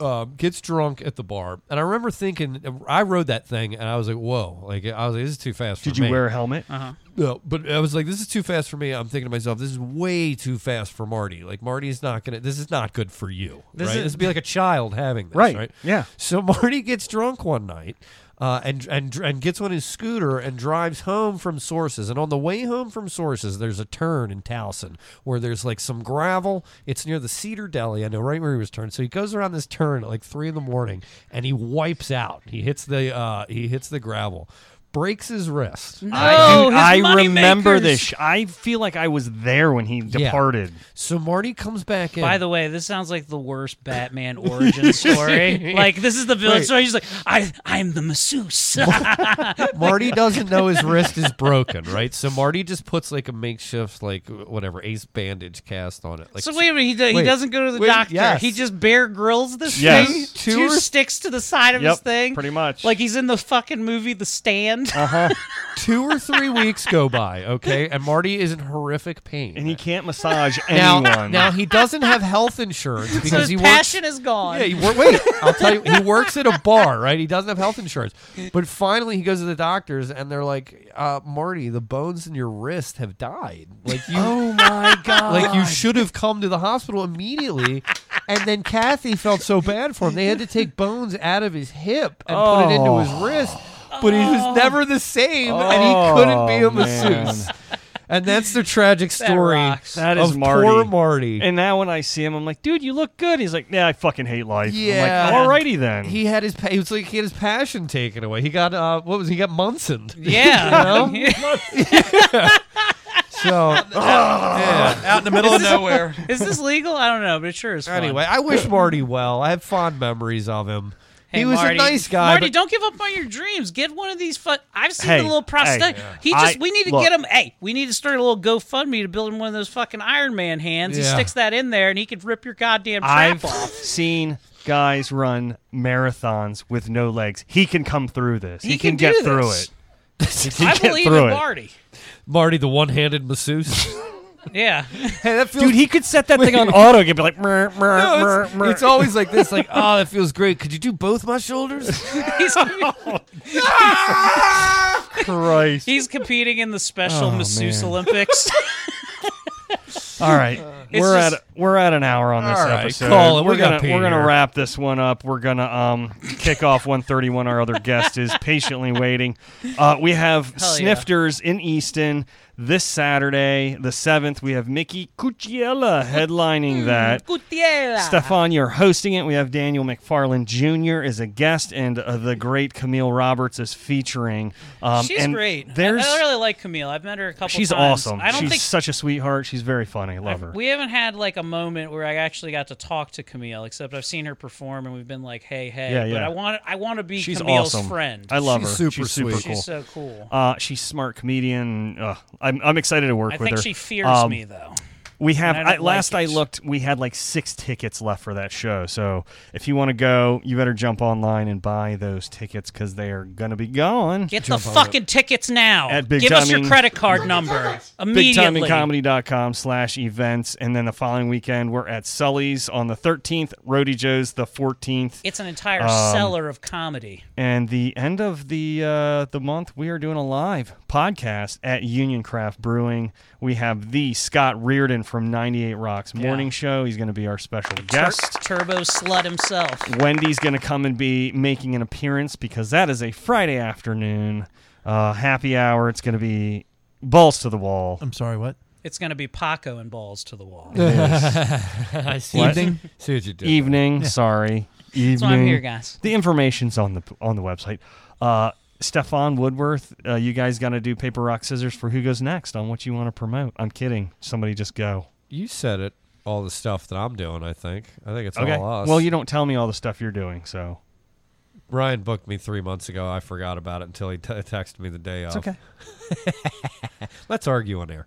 uh, gets drunk at the bar, and I remember thinking, I rode that thing, and I was like, "Whoa!" Like I was like, "This is too fast." for Did you me. wear a helmet? Uh-huh. No, but I was like, "This is too fast for me." I'm thinking to myself, "This is way too fast for Marty. Like Marty's not gonna. This is not good for you. This right? is- this would be like a child having this, right? Right, yeah. So [LAUGHS] Marty gets drunk one night. Uh, and and and gets on his scooter and drives home from Sources. And on the way home from Sources, there's a turn in Towson where there's like some gravel. It's near the Cedar Deli. I know right where he was turned. So he goes around this turn at like three in the morning, and he wipes out. He hits the uh, he hits the gravel, breaks his wrist. Oh, I, dude, his I money remember makers. this. sh- I feel like I was there when he departed. So Marty comes back in. By the way, this sounds like the worst [LAUGHS] Batman origin story. like this is the villain Right. story. He's like, I, I'm [LAUGHS] the masseuse. Marty doesn't know his wrist is broken, right? So Marty just puts like a makeshift, like whatever, ace bandage cast on it. Like, [LAUGHS] so wait a minute, he, do, he Wait, doesn't go to the wait, doctor. yes. He just bear grills this Yes. thing, Two- two, two or- sticks to the side of Yep, his thing, pretty much. Like he's in the fucking movie The Stand. Uh-huh. [LAUGHS] two or three weeks go by, okay, and Marty is in horrific pain. And he can't massage now, anyone. now he doesn't have health insurance because so his he works. passion is gone. Yeah, he wor- wait. [LAUGHS] I'll tell you, he works at a bar, right? He doesn't have health insurance, but finally he goes to the doctors, and they're like, uh, "Marty, the bones in your wrist have died. Like you, [LAUGHS] oh my god! Like you should have come to the hospital immediately." And then Kathy felt so bad for him; they had to take bones out of his hip and put it into his wrist. But he was never the same, and he couldn't be a Oh, masseuse. And that's the tragic story rocks. That is of Marty. poor Marty. and now when I see him, I'm like, dude, you look good. He's like, yeah, I fucking hate life. Yeah. I'm like, alrighty then. he had his pa- he was like he had his passion taken away. He got uh what was he got Munson. [LAUGHS] Yeah. [LAUGHS] You so [LAUGHS] yeah. Out in the middle of nowhere. is this legal? I don't know, but it sure is. Fun. anyway, I wish Marty well. I have fond memories of him. Hey, he was Marty, a nice guy. Marty, but don't give up on your dreams. Get one of these. Fun- I've seen Hey, the little prosthetic. hey, he just. I- we need to look. get him. Hey, we need to start a little GoFundMe to build him one of those fucking Iron Man hands. He Yeah. sticks that in there, and he could rip your goddamn trap I've off. seen guys run marathons with no legs. He can come through this. He, He can, can get do through this. it. He [LAUGHS] can I get believe through in it. Marty. Marty the one-handed masseuse. Yeah. [LAUGHS] hey, that feels Dude, he could set that thing on auto. He'd be like, "Mer, mer, No, [LAUGHS] mer, [LAUGHS] it's, mer." it's always like this like, "Oh, that feels great. Could you do both my shoulders?" [LAUGHS] he's, Christ. he's competing in the Special Oh, Masseuse man. [LAUGHS] Olympics. All right, we're Uh, just- at we're at an hour on this All right, episode. call it. We're We gonna gotta we're pee gonna here. wrap this one up. We're gonna um kick off 131. Our other guest is patiently waiting. Uh, we have Hell yeah. Snifters in Easton this Saturday, the seventh. We have Mickey Cucciella Hmm, headlining that. Gutiérrez. Stefan, you're hosting it. We have Daniel McFarland Jr. is a guest, and uh, the great Camille Roberts is featuring. Um, She's and great. I- There's, I, really like Camille. I've met her a couple she's times. awesome. I don't she's think such a sweetheart. She's very funny. Love her. We haven't had like a moment where I actually got to talk to Camille, except I've seen her perform and we've been like, hey, hey. Yeah, But yeah. I want I want to be she's Camille's awesome. friend. I love She's her. super she's super sweet. cool. She's so cool. uh, she's smart comedian. Uh, I'm, I'm excited to work I with think her. she fears Um, me though. We have And I I, don't last like I looked, we had like six tickets left for that show. So if you want to go, you better jump online and buy those tickets because they are gonna be gone. Get the fucking tickets now. At Big Give us your Timing- credit card number immediately. BigTimingComedy.com slash events. And then the following weekend, we're at Sully's on the 13th, Roadie Joe's the 14th. It's an entire Um, cellar of comedy. And the end of the uh, the month, we are doing a live podcast at Union Craft Brewing. We have the Scott Reardon from 98 Rocks Morning Show. He's going to be our special guest. Tur- Turbo slut himself. Wendy's going to come and be making an appearance because that is a Friday afternoon uh, happy hour. It's going to be balls to the wall. I'm sorry, what? It's going to be Paco and balls to the wall. It is. I see. Evening. See what you did there. Evening. Yeah. Sorry. Evening. That's why I'm here, guys. The information's on the on the website. Uh, Stefan Woodworth, uh, you guys got to do paper rock scissors for who goes next on what you want to promote. I'm kidding. Somebody just go. You said it. All the stuff that I'm doing, I think. I think it's okay. all us. Well, you don't tell me all the stuff you're doing, so Ryan booked me three months ago. I forgot about it until he t- texted me the day It's of. okay. [LAUGHS] Let's argue on air.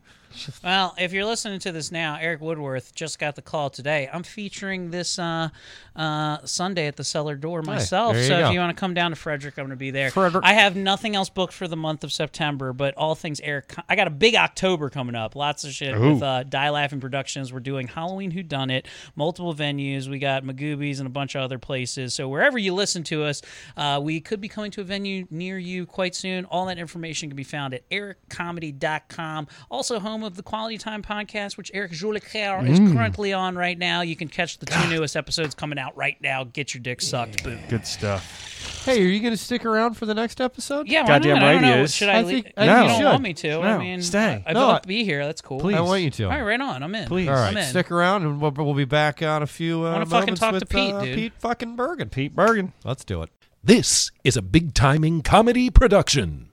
Well, if you're listening to this now, Eric Woodworth just got the call today. I'm featuring this uh, uh, Sunday at the cellar door myself. there you so go. if you want to come down to Frederick, I'm going to be there. Frederick. I have nothing else booked for the month of September, but all things Eric. I got a big October coming up. Lots of shit Ooh. with uh, Die Laughing Productions. We're doing Halloween Who Done It, multiple venues. We got Magoobies and a bunch of other places. So wherever you listen to us, uh, we could be coming to a venue near you quite soon. All that information can be found at ericcomedy.com. Also, home of the Quality Time podcast, which Eric Joulicaire is Mm. currently on right now. You can catch the two newest episodes coming out right now. Get your dick sucked. Boom. good stuff. Hey, are you going to stick around for the next episode? Yeah, why not? Goddamn I don't right he know. is. Should I, I leave? think- I No. you don't should. want me to. I No. mean, Stay. I'd No, love I- to be here. That's cool. Please. I want you to. All right, right on. I'm in. All right, I'm in. stick around and we'll, we'll be back on a few. Uh, wanna fucking moments talk to with, Pete, uh, dude. Pete fucking Bergen. Pete Bergen. Let's do it. This is a big timing comedy production.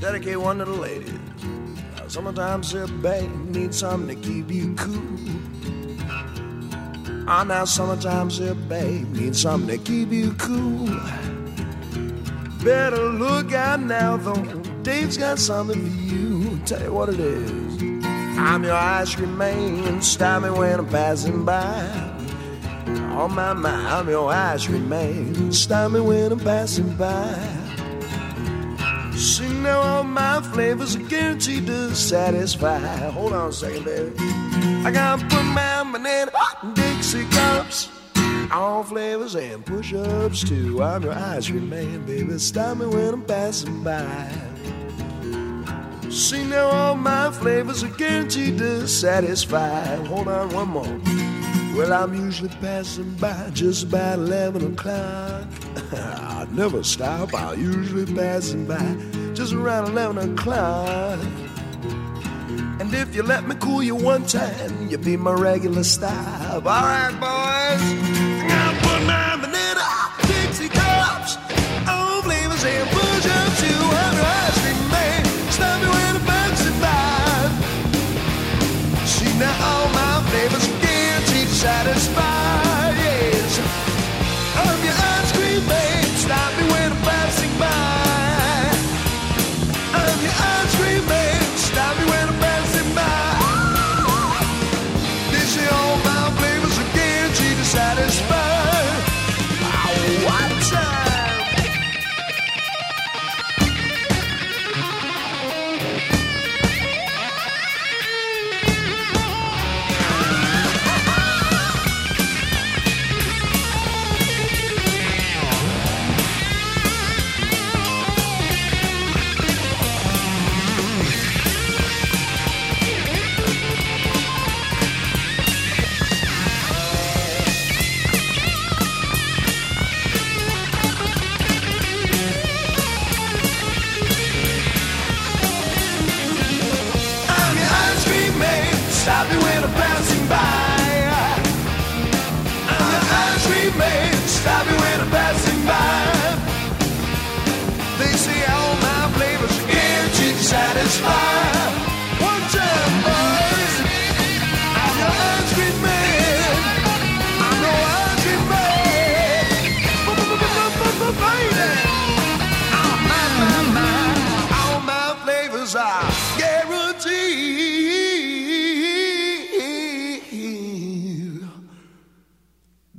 Dedicate one to the ladies. Now, sometimes your babe needs something to keep you cool. Ah, now sometimes your babe needs something to keep you cool. Better look out now, though. Dave's got something for you. Tell you what it is. I'm your ice cream man. Stop me when I'm passing by. Oh my my, I'm your ice cream man. Stop me when I'm passing by. See now all my flavors are guaranteed to satisfy. Hold on a second, baby. I gotta put my banana in Dixie cups. All flavors and push-ups too. I'm your ice cream man, baby. Stop me when I'm passing by. See now all my flavors are guaranteed to satisfy. Hold on one more. Well, I'm usually passing by just about 11 o'clock. [LAUGHS] I never stop. I usually passing by just around 11 o'clock. And if you let me cool you one time, you'll be my regular stop. All right, boys. Now put my banana Dixie cups, all flavors and push up to under ice cream man. Stop me when I'm passing by. See now all my flavors are guaranteed to satisfy. Yes, I'm your ice cream man. Stop me when I'm passing by. I'm your ice cream man. Stop me when I'm passing by. They say all my flavors are guaranteed to satisfy. Oh, what time? I'm your ice cream man. Stop me when I'm passing by. I'm your ice cream man. Stop me when I'm passing by. They say all my flavors are guaranteed to satisfy. One time, boys. I'm your ice cream man. I'm your ice cream man. Baby. Oh, my, my, my. All my flavors are guaranteed.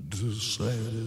to satisfy.